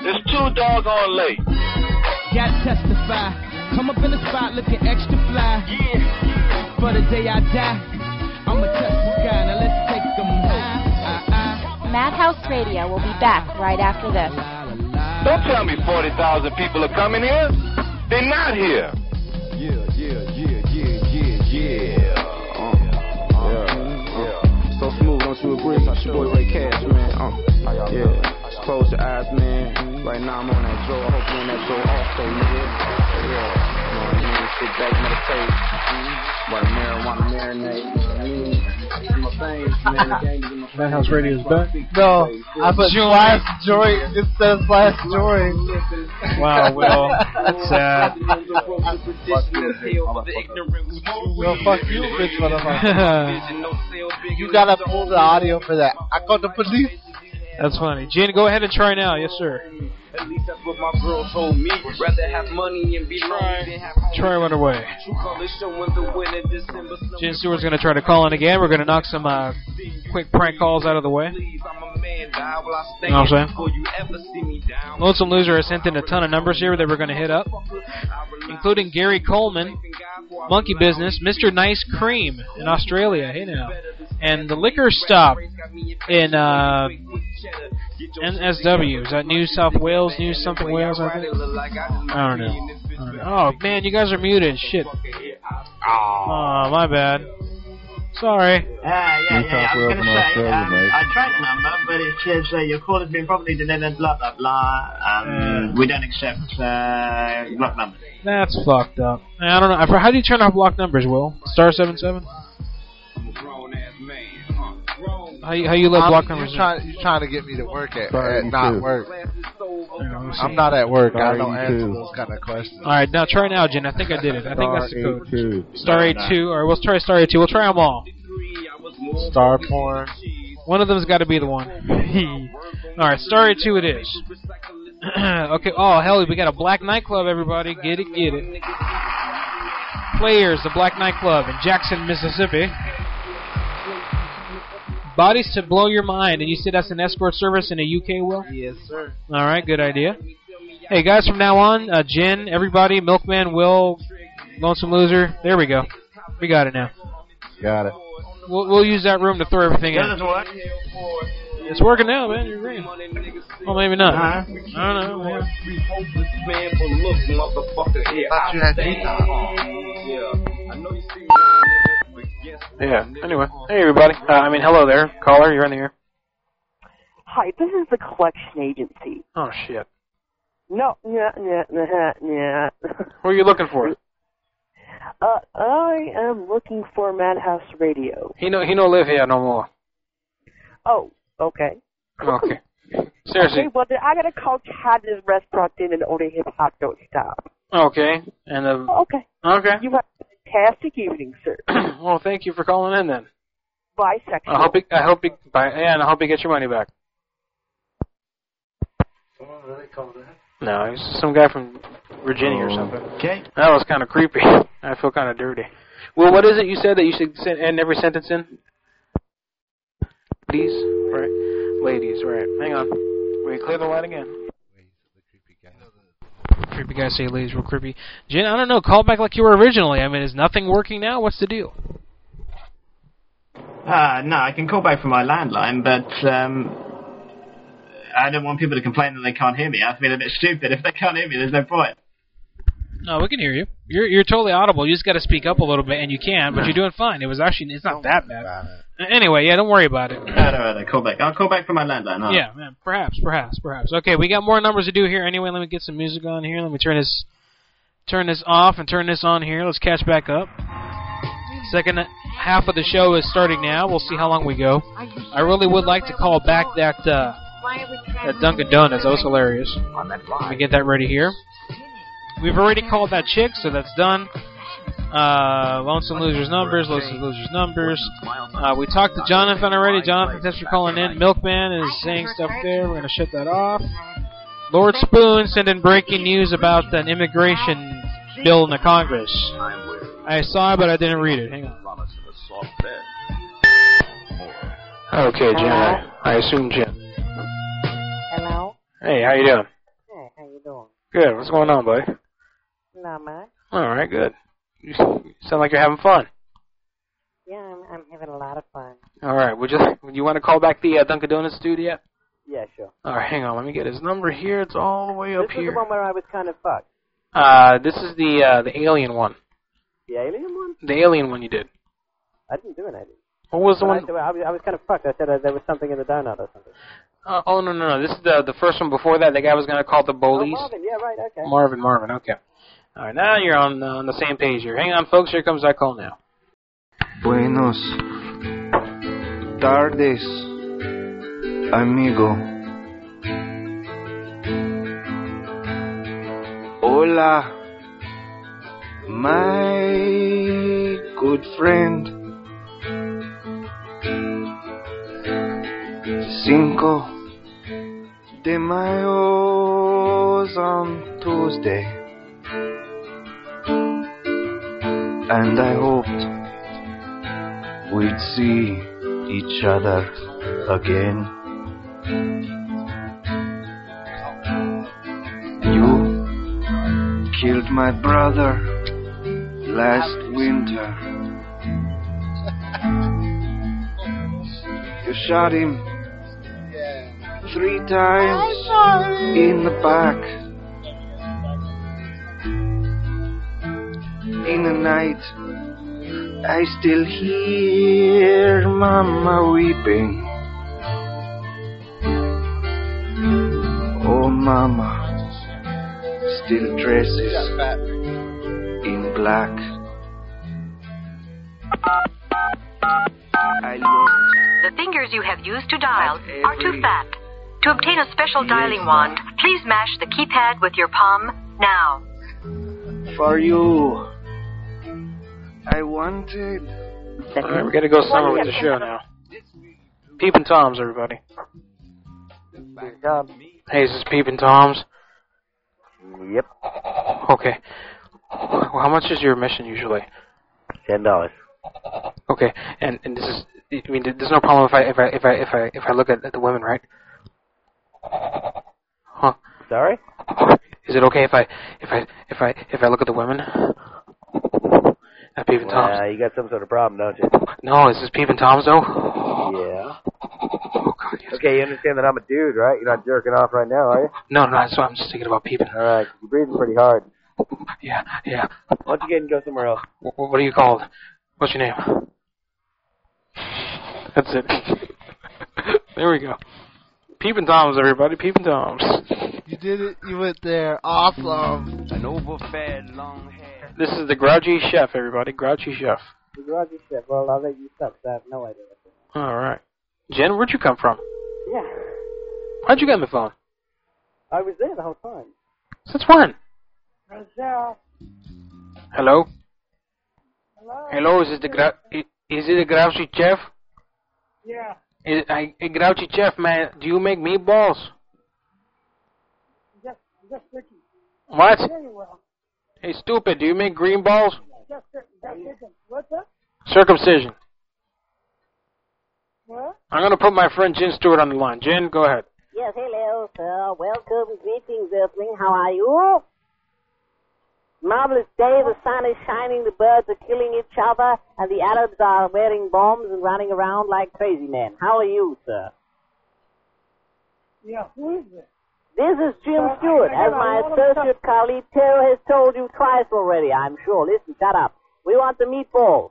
It's too doggone late. Gotta testify. Come up in the spot looking extra fly. Yeah. For the day I die, I'ma touch the sky. Now let's take Ah, them high.
Madhouse Radio will be back right after this.
Don't tell me 40,000 people are coming here. They're not here.
Yeah, yeah, yeah, yeah, yeah, yeah. Uh, yeah, yeah. So smooth, don't you agree? It's your boy Ray Cash, man. Uh, yeah. Just close your eyes, man. Right now I'm on that Joe. I hope you're on that Joe also, nigga. Yeah. You know what I mean? Sit back, meditate. While the marijuana marinate. You know what I mean? It's my things, man. The game is in my
Madhouse Radio is back.
No,
I put slash
joy. It says slash joy.
Wow, Will. Sad.
Well, fuck you, bitch,
motherfucker.
you gotta pull the audio for that. I called the police.
That's funny. Jen, go ahead and try now. Yes, sir.
At least that's what my girl told me. Rather have money and be lonely than have
Troy went away.
true colors showing the winter December snow.
Jen Stewart's going to try to call in again. We're going to knock some uh, quick prank calls out of the way. You know what I'm saying? Lonesome Loser has sent in a ton of numbers here that we're going to hit up, including Gary Coleman, Monkey Business, Mr. Nice Cream in Australia. Hey now. And the liquor stop in uh, NSW. Is that New South Wales, New something Wales? I think. I don't know. I don't know. Oh man, you guys are muted. Shit. Oh, my bad. Sorry.
Ah, yeah,
New
yeah, I
South
was
Wales
going to
and
say,
Australia,
um,
mate.
I tried the number, but it says uh, your call has been properly denied and blah, blah, blah. Um, We don't accept uh, block numbers.
That's fucked up. I don't know. I- How do you turn off blocked numbers, Will? Star seven seven. How you, how you let
I'm-
block numbers?
You trying, you trying to get me to work at,
Sorry,
at
you
not
too.
work.
see.
I'm not at work. I
Sorry,
don't
you
answer
too.
those kind of questions.
All right, now try now, Jen. I think I did it. I think that's the
Star
code. Star eight two. All right, we'll try star eight two. We'll try them all.
Star porn.
One of them's got to be the one. all right, star eight two it is. okay. Oh hell, we got a black nightclub. Everybody, get it, get it. Players, the black nightclub in Jackson, Mississippi. Bodies to blow your mind, and you said that's an escort service in the UK, Will?
Yes, sir.
All right, good idea. Hey guys, from now on, uh, Jen, everybody, Milkman, Will, Lonesome Loser. There we go. We got it now.
Got it.
We'll, we'll use that room to throw everything
That
in.
doesn't work.
It's working now, man. You're great. Well, maybe not.
Uh-huh.
I don't know. man.
Thought you had
Yeah. Anyway, hey everybody. Uh, I mean, hello there, caller. You're on the air.
Hi, this is the collection agency.
Oh shit.
No, yeah, yeah, yeah, yeah.
Who are you looking for?
Uh, I am looking for Madhouse Radio.
He no he no live here no more.
Oh, okay.
Okay. Seriously.
Okay, well, then I gotta call Chad's restaurant in and order hip hop don't stop.
Okay. And uh,
Okay.
okay.
You have a fantastic evening, sir.
well, thank you for calling in then.
Bisexual.
I hope he, I hope he, by, yeah, and I hope he gets your money back. No, he's some guy from Virginia or something.
Okay.
That was kind of creepy. I feel kind of dirty. Well, what is it you said that you should send, end every sentence in? Ladies, right? Ladies, right? Hang on. Will you clear the line again?
Creepy guys say ladies real creepy. Jen, I don't know. Call back like you were originally. I mean, is nothing working now? What's the deal?
Uh, no, I can call back from my landline, but um, I don't want people to complain that they can't hear me. I feel a bit stupid. If they can't hear me, there's no point.
No, we can hear you. You're you're totally audible. You just got to speak up a little bit, and you can. But you're doing fine. It was actually it's not that bad. Anyway, yeah, don't worry about it.
No, no, no, call back. I'll call back from my landline. huh?
Yeah, man. Perhaps, perhaps, perhaps. Okay, we got more numbers to do here. Anyway, let me get some music on here. Let me turn this, turn this off and turn this on here. Let's catch back up. Second half of the show is starting now. We'll see how long we go. I really would like to call back that uh, that Dunkin' Donuts. That was hilarious. Let me get that ready here. We've already called that chick, so that's done. Uh, Lonesome Losers numbers, Lonesome Losers numbers. Uh, we talked to Jonathan already. Jonathan, thanks for calling in. Milkman is saying stuff there. We're going to shut that off. Lord Spoon sending breaking news about an immigration bill in the Congress. I saw it, but I didn't read it. Hang on.
Okay, Jen. I, I assume Jen.
Hello?
Hey, how you doing?
Hey, how you doing?
Good. What's going on, buddy?
Not much.
All right, good. You sound like you're having fun.
Yeah, I'm, I'm having a lot of fun.
All right. Would you would you want to call back the uh, Dunkin' Donuts dude yet?
Yeah, sure.
All right, hang on. Let me get his number here. It's all the way
this
up
is
here.
the one where I was kind of fucked.
Uh, this is the uh, the alien one.
The alien one?
The alien one you did.
I didn't do an alien.
What was the
But
one?
I, said- I was, I was kind of fucked. I said uh, there was something in the donut or something.
Uh, oh no no no. This is the the first one before that. The guy was gonna call the
Oh,
bullies.
Marvin, yeah, right, okay.
Marvin Marvin. Okay. All right. Now you're on uh, on the same page here. Hang on, folks. Here comes that call now.
Buenos tardes, amigo. Hola, my good friend. Cinco de mayo
close on Tuesday. And I hoped we'd see each other again. You killed my brother last winter. You shot him three times in the back. In the night, I still hear Mama weeping. Oh, Mama still dresses in black. I looked
The fingers you have used to dial are too fat. To obtain a special dialing wand, please mash the keypad with your palm now.
for you. I wanted.
All right, we gotta go somewhere with the show now. Peeping Toms, everybody. Hey, is this Peeping Toms?
Yep.
Okay. Well, how much is your admission usually?
Ten dollars.
Okay, and and this is. I mean, there's no problem if I if I if I if I if I look at, at the women, right? Huh?
Sorry.
Is it okay if I if I if I if I look at the women? At Peeping Toms.
Well, you got some sort of problem, don't you?
No, is this Peeping Toms though?
Yeah. Okay, you understand that I'm a dude, right? You're not jerking off right now, are you?
No, no, that's why I'm just thinking about peeping.
All right, you're breathing pretty hard.
Yeah, yeah.
Why don't you get and go somewhere else?
Wh- What are you called? What's your name? That's it. there we go. Peeping Toms, everybody. Peeping Toms.
You did it. You went there. Awesome.
An overfed long hair.
This is the Grouchy Chef, everybody. Grouchy Chef.
The garage is shut. Well, I'll let you stop. 'cause I have no idea.
All right. Jen, where'd you come from?
Yeah,
How'd you get on the phone?
I was there the whole time.
Since when?
Rochelle.
Hello. Hello. Is it the Grou- i- is it the Grouchy Chef?
Yeah.
Is, I, I- Grouchy Chef, man. Do you make meatballs?
Just, just chicken.
What?
Very well.
Hey, stupid. Do you make green balls?
Just, just chicken. What's up?
Circumcision.
What?
I'm gonna put my friend Jen Stewart on the line. Jen, go ahead.
Yes, hello, sir. Welcome, greetings, Earthling. How are you? Marvelous day. The sun is shining. The birds are killing each other, and the Arabs are wearing bombs and running around like crazy men. How are you, sir?
Yeah, who is this?
This is Jim Stewart. As my associate colleague Taro has told you twice already, I'm sure. Listen, shut up. We want the meatballs.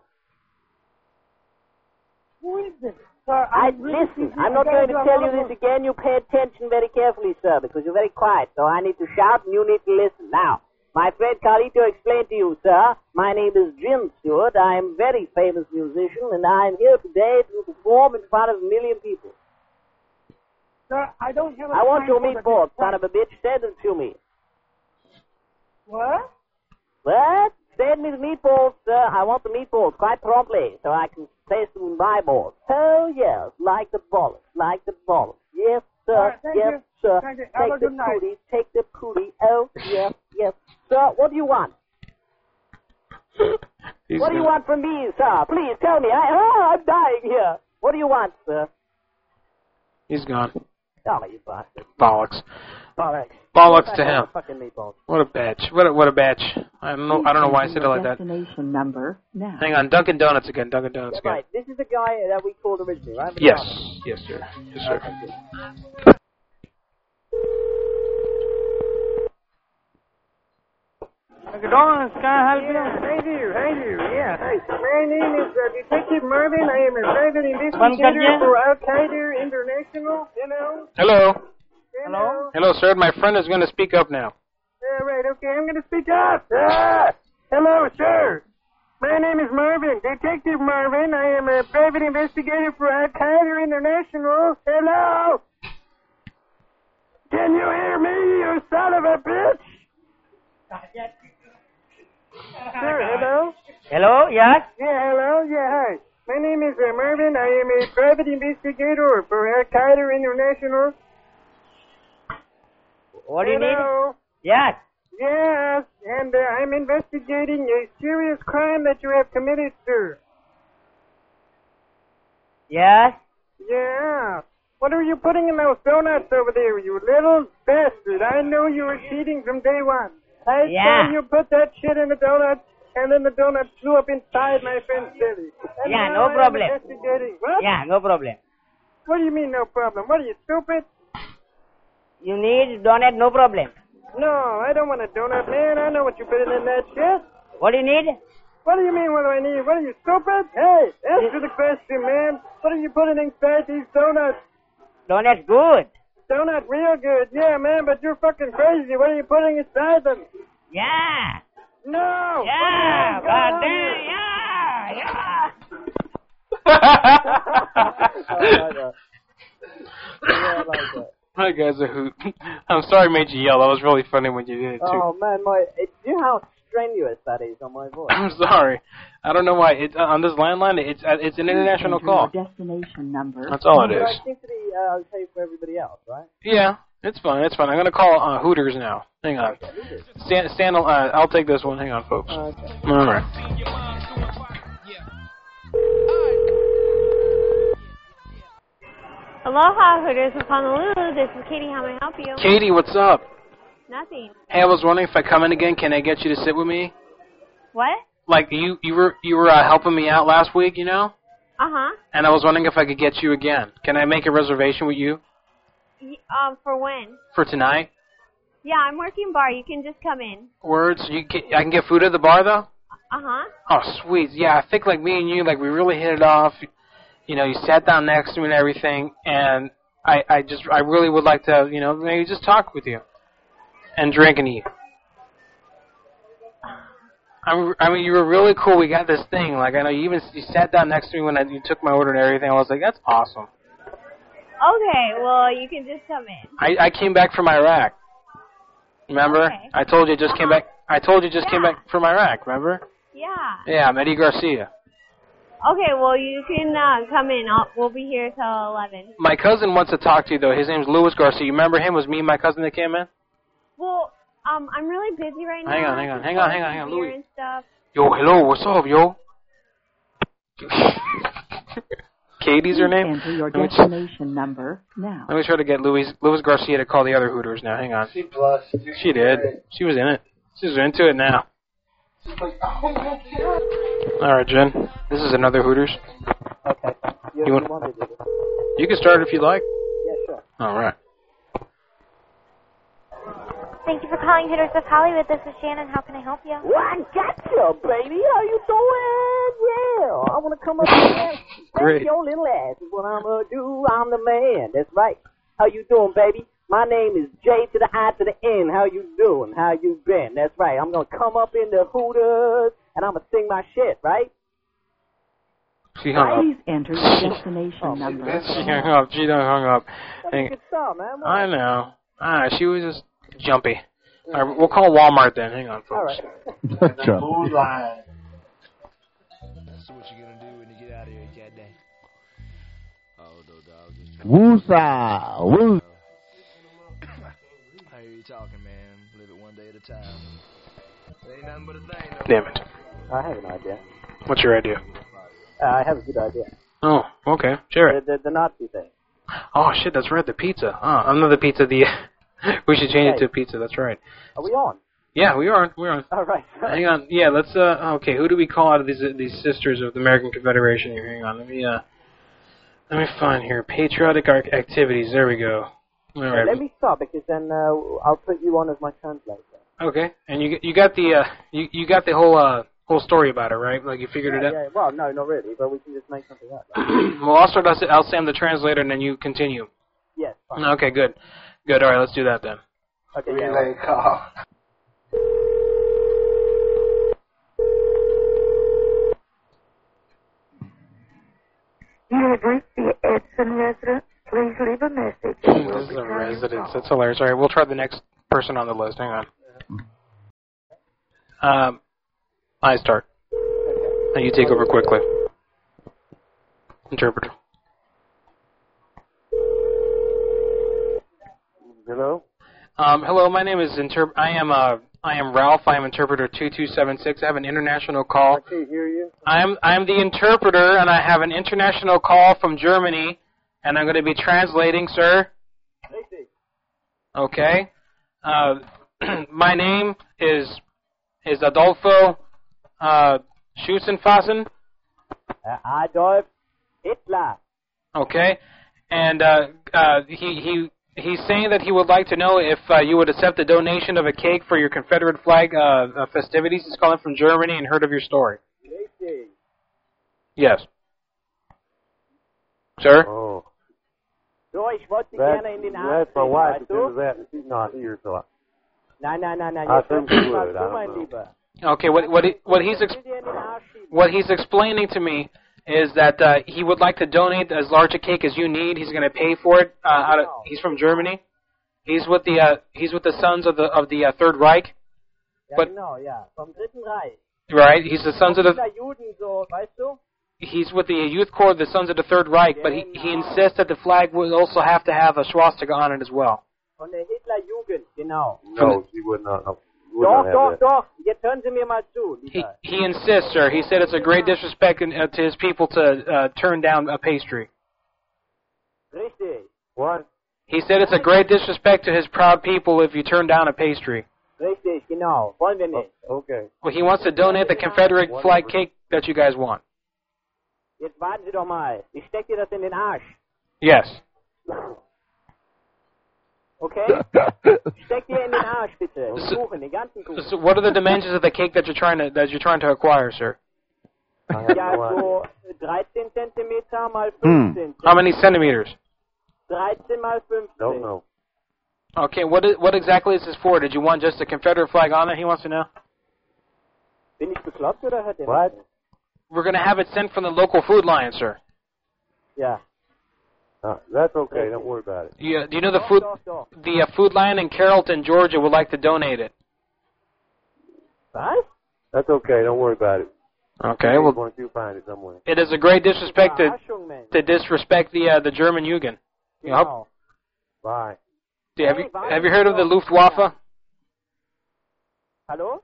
Who is this? Sir,
I
I'm really
listen.
confused.
I'm not
I gotta
going to
do a
tell
lot
you
of
this
work.
again. You pay attention very carefully, sir, because you're very quiet. So I need to shout, and you need to listen. Now, my friend Carlito explained to you, sir. My name is Jim Stewart. I am a very famous musician, and I am here today to perform in front of a million people.
Sir, I don't have. a
I want
time
your
for the
meatballs, son
display.
of a bitch. Send them to me.
What?
What? Send me the meatballs, sir. I want the meatballs quite promptly so I can place them in my balls. Oh, yes, like the bollocks, like the bollocks. Yes, sir,
All right, thank
yes,
you.
sir.
Thank you. Have a
Take the
good night.
cootie, take the cootie. Oh, yes, yes. Sir, what do you want?
He's
what do you
gonna-
want from me, sir? Please tell me. I, oh, I'm dying here. What do you want, sir?
He's gone.
Oh, you bastard.
Bollocks.
Bollocks.
Bollocks to him.
Fucking meatballs.
What a bitch. What a what a bitch. I don't know. I don't know why I said it like that.
Destination number now.
Hang on. Dunkin' Donuts again. Dunkin' Donuts again.
Right, this is the guy that we called originally, right?
Yes. Yes, sir. Yes, sir.
Good morning, Scott. How you doing? Thank you. Thank you. Yeah. Thanks. My name is uh, Detective Mervin. I am a private investigator
Bunker,
for Al Qaeda International. Hello.
Hello.
Hello.
Hello, sir. My friend is gonna speak up now.
All right. Okay. I'm going to speak up. Ah! Hello, sir. My name is Mervin, Detective Mervin. I am a private investigator for Al Qaeda International. Hello. Can you hear me, you son of a bitch?
Oh,
Sir, hello.
Hello, yes?
Yeah, hello. Yeah, hi. My name is uh, Mervin. I am a private investigator for Al Qaeda International.
What do you need?
Hello.
Yes.
Yes, and uh, I'm investigating a serious crime that you have committed, sir.
Yes.
Yeah. What are you putting in those donuts over there, you little bastard? I knew you were cheating from day one. I saw
Yeah.
you put that shit in the donut, and then the donut flew up inside my friend's belly. And
Yeah,
now
no
I'm
problem.
Investigating. What?
Yeah, no problem.
What do you mean, no problem? What are you, stupid?
You need donut, no problem.
No, I don't want a donut, man. I know what you put in that shit.
What do you need?
What do you mean, what do I need? What are you, stupid? Hey, answer the question, man. What are you putting inside these donuts?
Donut good.
Donut real good. Yeah, man, but you're fucking crazy. What are you putting inside them?
Yeah.
No!
Yeah,
Fuck off.
goddamn, yeah, yeah.
That guy's a hoot. I'm sorry I made you yell. That was really funny when you did it, too.
Oh man, my it, you know how strenuous that is on my voice.
I'm sorry. I don't know why. It's uh, on this landline. It's uh, it's an international call.
Destination number.
That's all it
But I
is.
seem to be uh, okay for everybody else, right?
Yeah, it's fine. It's fine. I'm gonna call uh, Hooters now. Hang on. Stand, stand. al- Uh, I'll take this one. Hang on, folks. All right.
Aloha, Hooters of Honolulu. This is Katie. How may I help you?
Katie, what's up?
Nothing.
Hey, I was wondering if I come in again, can I get you to sit with me?
What?
Like you, you were you were uh, helping me out last week, you know.
Uh huh.
And I was wondering if I could get you again. Can I make a reservation with you
Um, for when?
for tonight?
Yeah, I'm working bar. You can just come in.
Words. You can, I can get food at the bar though.
Uh huh.
Oh, sweet. Yeah, I think like me and you, like we really hit it off. You know, you sat down next to me and everything, and I, I just, I really would like to, you know, maybe just talk with you, and drink and eat. I'm, I mean, you were really cool. We got this thing. Like I know you even you sat down next to me when I, you took my order and everything. I was like, that's awesome.
Okay. Well, Oh, you can just come in.
I, I came back from Iraq. Remember?
Okay.
I told you I just came back. I told you just came back from Iraq. Remember?
Yeah.
Yeah, I'm Eddie Garcia.
Okay. Well, you can uh, come in. I'll, we'll be here till eleven.
My cousin wants to talk to you though. His name's Louis Garcia. You remember him? It was me and my cousin that came in?
Well, um, I'm really busy right
Hang
now.
on, hang on, hang on, hang on, hang on,
Beer
Louis.
and stuff.
Yo, hello, what's up, yo? Katie's her name?
Enter your
Let me,
destination number now.
let me try to get Louis Louis Garcia to call the other Hooters now. Hang on. She blushed. She did. She was in it. She's into it now.
Oh,
All right, Jen. This is another Hooters.
You,
You
you
want-
wanted it.
You can start if you like.
Yeah, sure.
All right.
Thank you for calling Hitters of Hollywood. This is Shannon. How can I help you?
Well, I got you, baby. How you doing? Yeah, I wanna come up here.
Great.
Your little ass is what I'm gonna do. I'm the man. That's right. How you doing, baby? My name is J to the I to the N. How you doing? How you been? That's right. I'm gonna come up in the Hooters and I'm gonna sing my shit, right?
She hung
Please
up.
enter your destination number.
She hung up. She done hung up. Hang-
Good song, man.
I know. Ah, she was just jumpy. All right, we'll call Walmart then. Hang on,
All
folks.
right.
That's what you're gonna do when you get out of here, goddamn. Oh no, dog. Just trying
Woosah, woo.
I hear you talking, man. Live it one day at a time. It ain't nothing but a thing, though.
Damn it.
I have an idea.
What's your idea?
Uh, I have a good idea.
Oh, okay. Share it.
The, the, the Nazi thing.
Oh shit, that's right. The pizza. Ah, another pizza. The we should change it to pizza. That's right.
Are we on?
Yeah, we are. We're on.
All right.
Hang on. Yeah, let's. Uh, okay, who do we call out of these these sisters of the American Confederation here? Hang on. Let me. Uh, let me find here. Patriotic arc activities. There we go. All right.
Let me stop because then uh, I'll put you on as my translator.
Okay. And you you got the uh, you you got the whole uh whole story about it, right? Like you figured
yeah,
it out.
yeah. Well, no, not really, but we can just make something up.
well, I'll start. us- I'll say I'm the translator, and then you continue.
Yes. Fine.
Okay. Good. Good. All right. Let's do that then.
Okay.
Relay
yeah.
call.
You have reached the Edson residence. Please leave a message.
This is a residence. That's hilarious. All right, we'll try the next person on the list. Hang on. Um, I start. And you take over quickly. Interpreter.
Hello.
Um, hello, my name is Inter- I am uh, I am Ralph. I am interpreter two two seven six. I have an international call.
I can't hear you.
I am I am the interpreter, and I have an international call from Germany, and I'm going to be translating, sir. Okay. Uh, my name is is Adolfo uh, Schussenfassen.
Uh, Adolf Hitler.
Okay, and uh, uh, he he he's saying that he would like to know if uh, you would accept a donation of a cake for your Confederate flag uh, uh, festivities. He's calling from Germany and heard of your story. Yes. Sir.
Oh,
So, ich wollte dich
that's,
gerne in den Arm
that's my
nehmen,
wife
weißt du?
because of that. and She's not here, so I,
Nein, nein, nein, nein.
I
Jetzt
think
hör
she
mal
would. I
zu,
don't
mein
know.
Lieber.
Okay. What what he, what he's ex- what he's explaining to me is that uh, he would like to donate as large a cake as you need. He's going to pay for it. Uh, out of, he's from Germany. He's with the uh, he's with the sons of the of the uh, Third Reich,
Ja,
But-
genau, ja. Vom Dritten Reich.
right? He's the sons of the
Unter Juden, so, weißt du?
he's with the youth corps of the Sons of the Third Reich, but he, he insists that the flag would also have to have a swastika on it as well.
Von der Hitlerjugend, genau.
No, she Oh, would not. have- Would
Doch,
not have
doch,
that.
doch. Jetzt hören Sie mir mal zu,
He,
Lieber.
he insists, sir. He said it's a great disrespect in, uh, to his people to uh, turn down a pastry.
Richtig,
What?
He said it's a great disrespect to his proud people if you turn down a pastry.
richtig, genau. Wollen wir nicht.
Oh, Okay.
Well, he wants to donate the Confederate flag cake that you guys want.
Jetzt warten Sie doch mal. Ich steck dir das in den Arsch.
Yes.
Okay? steck dir in den Arsch, bitte. Den
So-
Kuchen, den ganzen Kuchen.
So what are the dimensions of the cake that you're trying to that you're trying to acquire, sir?
Ja, so 13 Zentimeter mal
Hmm.
Hm.
15.
How many centimeters?
13 mal 15.
Don't know.
Okay, what is, what exactly is this for? Did you want just the Confederate flag on it? He wants to know.
Bin ich bekloppt oder hört ihr
Was?
mich?
We're gonna have it sent from the local food line, sir.
Ja.
Uh, that's okay. Don't worry about it.
Yeah, do you know the food the uh, food line in Carrollton, Georgia would like to donate it?
Was?
That's okay. Don't worry about it.
Okay, well-
Once you find it somewhere.
It is a great disrespect to,
Überraschung, Mensch.
to disrespect the uh, the German Jugend. You hope-
Genau.
Bye.
do you- have you
Oh,
have you heard of the Luftwaffe?
Hallo?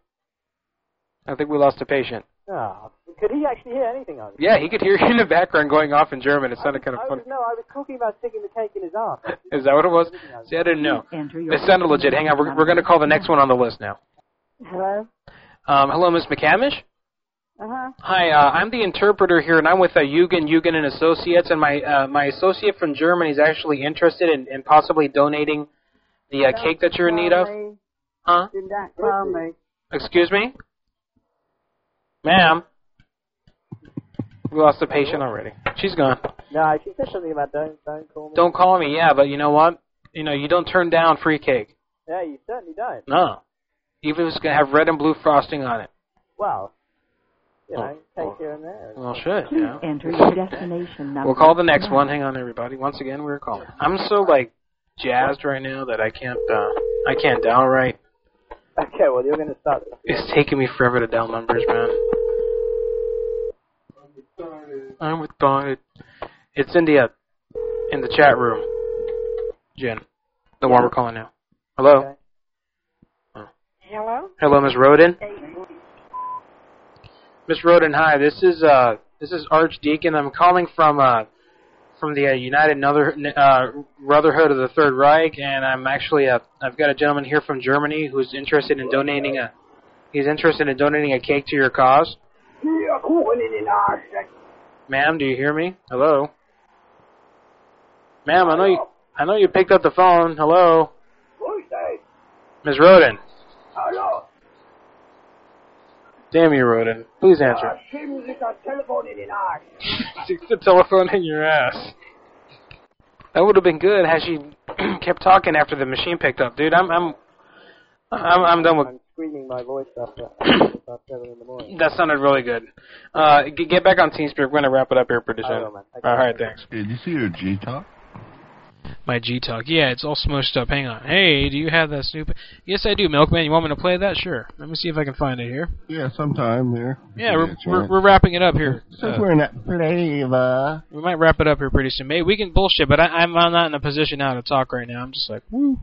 I think we lost a patient.
Yeah. Could he actually hear anything on it?
Yeah, he could hear you in the background going off in German. It sounded kind of
I
funny.
was, no, I was talking about sticking the cake in his arm.
Is that what it was? See, I didn't know. It sounded legit. Hang on, we're we're gonna call the next one on the list now.
Hello?
Um, hello, Miss McCamish.
Uh-huh.
Hi, uh, I'm the interpreter here, and I'm with uh, Eugen, Eugen and Associates, and my uh, my associate from Germany is actually interested in, in possibly donating the uh, cake that you're in need of. Huh?
Did not call me.
Excuse me, ma'am. We lost a patient already. She's gone.
No, she said something about don't, don't call me.
Don't call me. Yeah, but you know what? You know you don't turn down free cake.
Yeah, you certainly don't.
No, even if it's gonna have red and blue frosting on it.
Well, you know,
Oh.
take here and there.
Well, shit.
Please
yeah.
enter your destination number.
We'll call the next one. Hang on, everybody. Once again, we're calling. I'm so like jazzed right now that I can't uh, I can't dial right.
Okay, well, you're going to start.
It's taking me forever to dial numbers, man. I'm with Don. It's in the uh, in the chat room. Jen, the one we're calling now. Hello,
Hello?
hello, Miss Roden. Miss Roden, hi. This is uh this is Archdeacon. I'm calling from uh from the uh, United Nother, uh, Brotherhood of the Third Reich, and I'm actually uh, I've got a gentleman here from Germany who's interested in donating a he's interested in donating a cake to your cause.
Yeah, Kuchen in den Arsch.
Ma'am, do you hear me? Hello. Ma'am, I know you I know you picked up the phone. Hello,
Who's that?
Miss Roden.
Hallo?
Damn you, Roden. Please answer.
Schieben Sie das Telefon in den Arsch.
Stick the telephone in your ass. That would have been good had she kept talking after the machine picked up, dude. I'm I'm I'm, I'm done with
I'm screaming my voice up at about 7 in the morning.
That sounded really good. Uh, g- get back on TeamSpeak. We're going to wrap it up here pretty soon.
I will, man. Okay.
All right, thanks.
Did you see your G talk?
My G Talk. Yeah, it's all smushed up. Hang on. Hey, do you have that Snoop? Yes, I do, Milkman. You want me to play that? Sure. Let me see if I can find it here.
Yeah, sometime there.
Yeah, we're, we're, we're wrapping it up here.
Since
Uh,
we're in that flavor.
we might wrap it up here pretty soon. Maybe we can bullshit, but I, I'm, I'm not in a position now to talk right now. I'm just like, woo.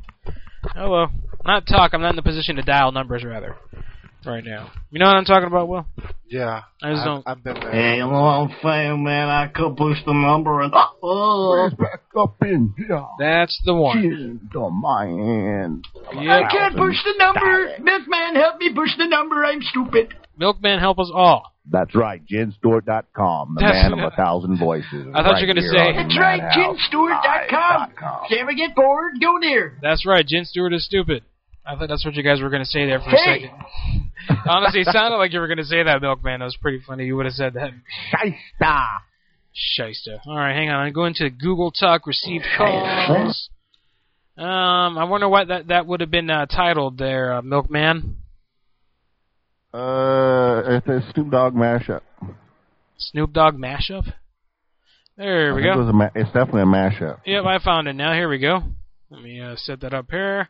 Oh well. Not talk. I'm not in the position to dial numbers rather. Right now. You know what I'm talking about, Will?
Yeah.
I just
I've-
don't.
I've been there.
Hey, long thing, man, I could push the number and. Oh,
back up in here.
That's the one.
on my hand.
I can't push the number. Mythman, help me push the number. I'm stupid.
Milkman, help us all.
That's right, JenStewart.com, the
That's-
man of a thousand voices.
I thought you were gonna say-
That's right, JimStewart.com. If you ever get bored, go there.
That's right. Jen Stewart is stupid. I thought that's what you guys were going to say there for a
Hey,
second. Honestly, it sounded like you were going to say that, Milkman. That was pretty funny. You would have said that.
Shysta.
Shysta. All right, hang on. I'm going to Google Talk received calls. Um, I wonder what that that would have been uh, titled there, uh, Milkman.
Uh, it's a Snoop Dogg mashup.
Snoop Dogg mashup. There we
I think It
go.
was a ma- it's definitely a mashup.
Yep, I found it now. Here we go. Let me uh, set that up here.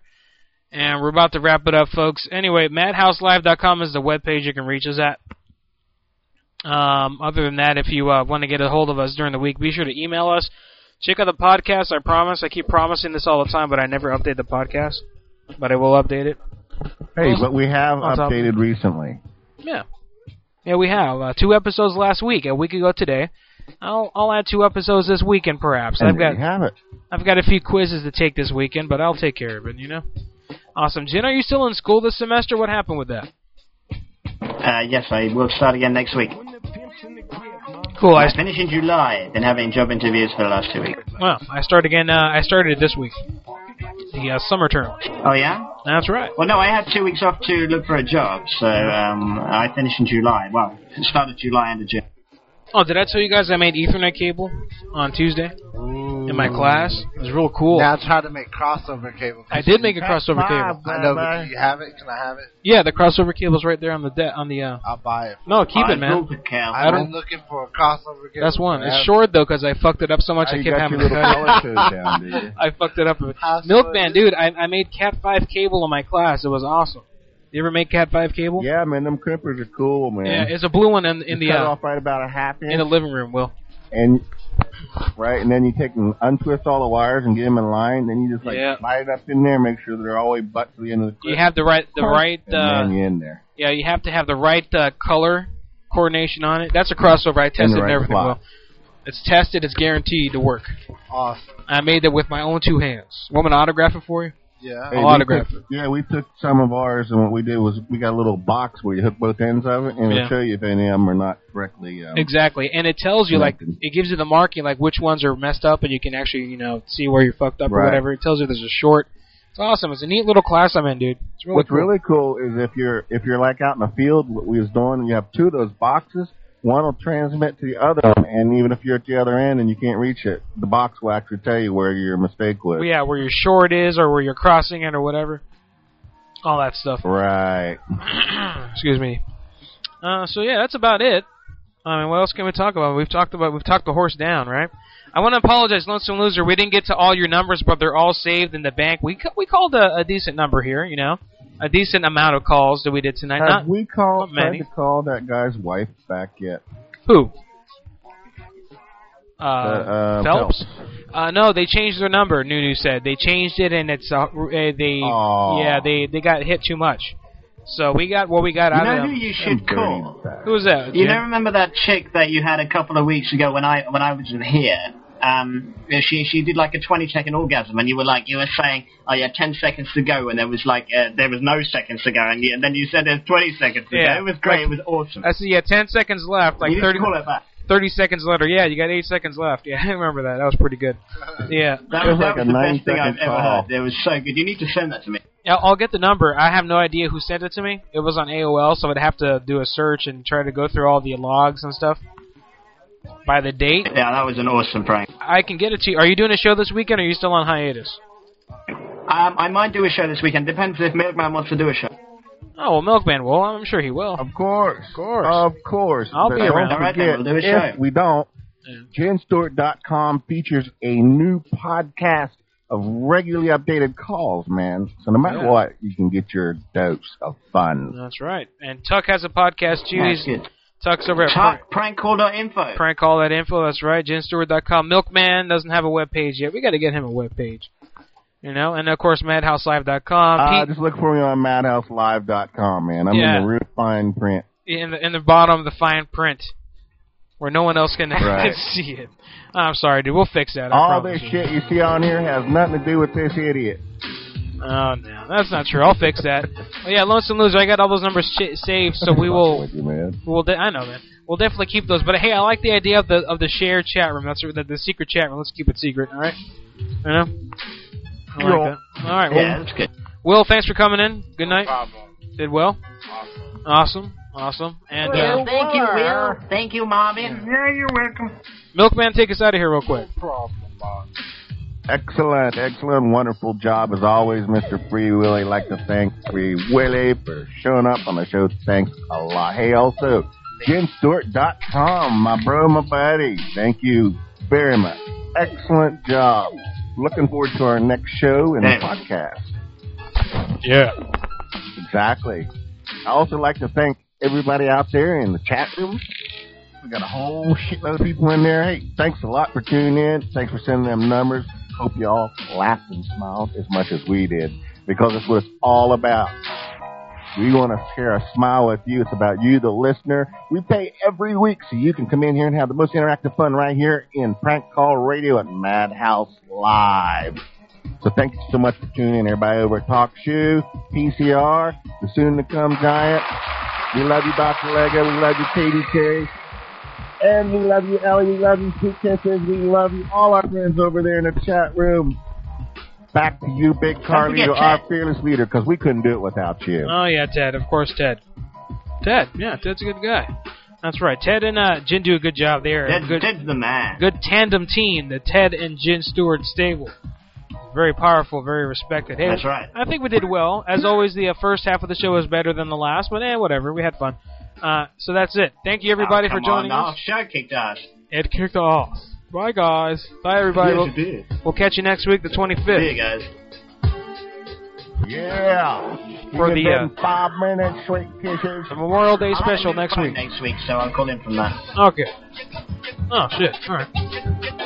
And we're about to wrap it up, folks. Anyway, madhouselive.com is the webpage you can reach us at. Um, other than that, if you uh, want to get a hold of us during the week, be sure to email us. Check out the podcast. I promise. I keep promising this all the time, but I never update the podcast. But I will update it.
Hey, but we have
On top.
updated recently.
Yeah. Yeah, we have uh, two episodes last week, a week ago today. I'll I'll add two episodes this weekend, perhaps.
And
I've
there
got
you have it.
I've got a few quizzes to take this weekend, but I'll take care of it. You know. Awesome, Jen. Are you still in school this semester? What happened with that?
Uh, yes, I will start again next week.
Cool. I
I finish in July, then having job interviews for the last two weeks.
well, I start again. Uh, I started this week, the uh, summer term.
Oh yeah.
That's right.
Well, no, I had two weeks off to look for a job, so um, I finish in July. Well, start of July and of June.
Oh, did I tell you guys I made Ethernet cable on Tuesday in my class? It was real cool.
Now try to make crossover cable.
I did make a crossover cable.
I know, but do you have it? Can I have it?
Yeah, the crossover cable's right there on the de- on the. Uh,
I'll buy it.
no, keep
I
it, man.
don't
I
I've
don't.
been looking for a crossover cable.
That's one.
forever.
It's short though, because I fucked it up so much.
Oh,
I
you
kept
got
having
your
to
little
cut it.
color code down, do you?
I fucked it up. a bit.
How's
Milkman, dude, I, I made Cat Five cable in my class. It was awesome. You ever make Cat Five cable?
Yeah, man, them crimpers are cool, man.
Yeah, it's a blue one in, in the
You cut
uh,
off right about a half
in the living room. Will
and right, and then you take and untwist all the wires and get them in line. Then you just like
Yeah.
light it up in there, make sure they're all the way butt to the end of the.
you have the right the right
and
uh,
then you're in there.
yeah you have to have the right uh, color coordination on it. That's a crossover. I tested
Mm-hmm. right
everything.
slot.
Will. It's tested. It's guaranteed to work.
Awesome.
I made that with my own two hands. Want me to autograph it for you?
Yeah.
Hey,
I'll
we
uh, autograph
took- yeah, we took some of ours, and what we did was we got a little box where you hook both ends of it, and
Yeah.
it'll show you if any of them are not correctly. Um,
Exactly, and it tells you like it gives you the marking like which ones are messed up, and you can actually you know see where you're fucked up or
Right.
whatever. It tells you there's a short. It's awesome. It's a neat little class I'm in, dude. It's really
What's
cool.
really cool is if you're if you're like out in the field, what we was doing, and you have two of those boxes. One will transmit to the other, one, and even if you're at the other end and you can't reach it, the box will actually tell you where your mistake was.
Well, yeah, where your short is or where you're crossing it or whatever, all that stuff.
Right.
Excuse me. Uh, so yeah, that's about it. I mean, what else can we talk about? We've talked about we've talked the horse down, right? I want to apologize, Lonesome Loser. We didn't get to all your numbers, but they're all saved in the bank. We ca- we called a, a decent number here, you know, a decent amount of calls that we did tonight.
Have
Not
we called
not many.
tried to call that guy's wife back yet?
Who? Uh,
uh,
Phelps? Uh, no, they changed their number. Nunu said they changed it, and it's uh, r- uh, they yeah they they got hit too much. So we got what we got
You
out
know
of
who
them.
you should call?
Who was that?
You
Jim?
know, remember that chick that you had a couple of weeks ago when I when I was here. Um, she she did like a twenty second orgasm, and you were like you were saying, oh yeah, ten seconds to go, and there was like uh, there was no seconds to go, and, you, and then you said there's twenty seconds to
Yeah.
go. It was great.
Like-
it was awesome.
I see. Yeah, ten seconds left. Like
You need to
thirty.
call it back.
Thirty seconds later. Yeah, you got eight seconds left. Yeah, I remember that. That was pretty good. Yeah.
That was, that was the best thing I've ever heard. It was so good. You need to send that to me.
Yeah, I'll get the number. I have no idea who sent it to me. It was on AOL, so I'd have to do a search and try to go through all the logs and stuff by the date.
Yeah, that was an awesome prank.
I can get it to you. Are you doing a show this weekend? or Are you still on hiatus?
Um, I might do a show this weekend. Depends if Milkman wants to do a show.
Oh well, Milkman will. I'm sure he will.
Of course, of
course,
of course.
I'll
But
be
don't
around.
forget, if we don't, JenStewart.com features a new podcast of regularly updated calls, man. So no matter
Yeah.
what, you can get your dose of fun.
That's right. And Tuck has a podcast too. He's-
That's good.
Tuck's over at
Tuck, prankcall.info.
Prank all that info. That's right. JenStewart.com. Milkman doesn't have a web page yet. We got to get him a web page. You know, and of course, MadhouseLive.com.
Uh,
Pete-
just look for me on MadhouseLive.com, man. I'm
Yeah.
in the real fine print.
in the in the bottom of the fine print, where no one else can
Right.
see it. I'm sorry, dude. We'll fix that. I
All
promise you.
this shit you see on here has nothing to do with this idiot.
Oh no, that's not true. I'll fix that. But yeah, Lonesome Loser. I got all those numbers sh- saved, so we will.
You man.
We'll. De- I know, man. We'll definitely keep those. But hey, I like the idea of the of the shared chat room. That's the, the secret chat room. Let's keep it secret. All right. You know. I like
Yeah.
that. All right. Well,
Yeah, that's
good.
Will, thanks for coming in. Good night. Did well. Awesome. Awesome. And
Well,
uh,
thank you, Will. Thank you, Marvin.
Yeah, you're welcome.
Milkman, take us out of here real quick.
Excellent, excellent, wonderful job as always, Mr. Free Willie. Like to thank Free Willie for showing up on the show. Thanks a lot. Hey, also, JimStewart.com, my bro, my buddy. Thank you very much. Excellent job. Looking forward to our next show and
Thanks.
podcast.
Yeah.
Exactly. I also like to thank everybody out there in the chat room. We got a whole shitload of people in there. Hey, thanks a lot for tuning in. Thanks for sending them numbers. Hope y'all laughed and smiled as much as we did because that's what it's all about. We want to share a smile with you. It's about you, the listener. We pay every week so you can come in here and have the most interactive fun right here in Prank Call Radio at Madhouse Live. So thank you so much for tuning in, everybody over at Talk Shoe, PCR, the soon to come giant. We love you, Dr. Lego. We love you, Katie Carey. And we love you, Ellie. We love you, Two Kisses. We love you, all our friends over there in the chat room. Back to you, Big Carly.
forget
You're
Ted.
our fearless leader because we couldn't do it without you.
Oh yeah, Ted. Of course, Ted. Ted. Yeah, Ted's a good guy. That's right. Ted and uh, Jin do a good job there.
Ted-
good,
Ted's the man.
Good tandem team, the Ted and Jin Stewart stable. Very powerful, very respected. Hey,
That's right.
I think we did well. As always, the uh, first half of the show was better than the last, but eh, whatever. We had fun. Uh, so that's it. Thank you everybody
Oh,
for
come
joining
on,
us.
now. Sure kicked us.
It kicked off. Bye guys. Bye everybody.
Yes,
We'll- We'll catch you next week, the 25th.
See you guys.
Yeah.
For
You've
the, uh,
been five minutes, sweet kisses.
The Memorial Day
special
next week.
Next week, so I'll call in from that.
Okay. Oh shit. All right. Uh,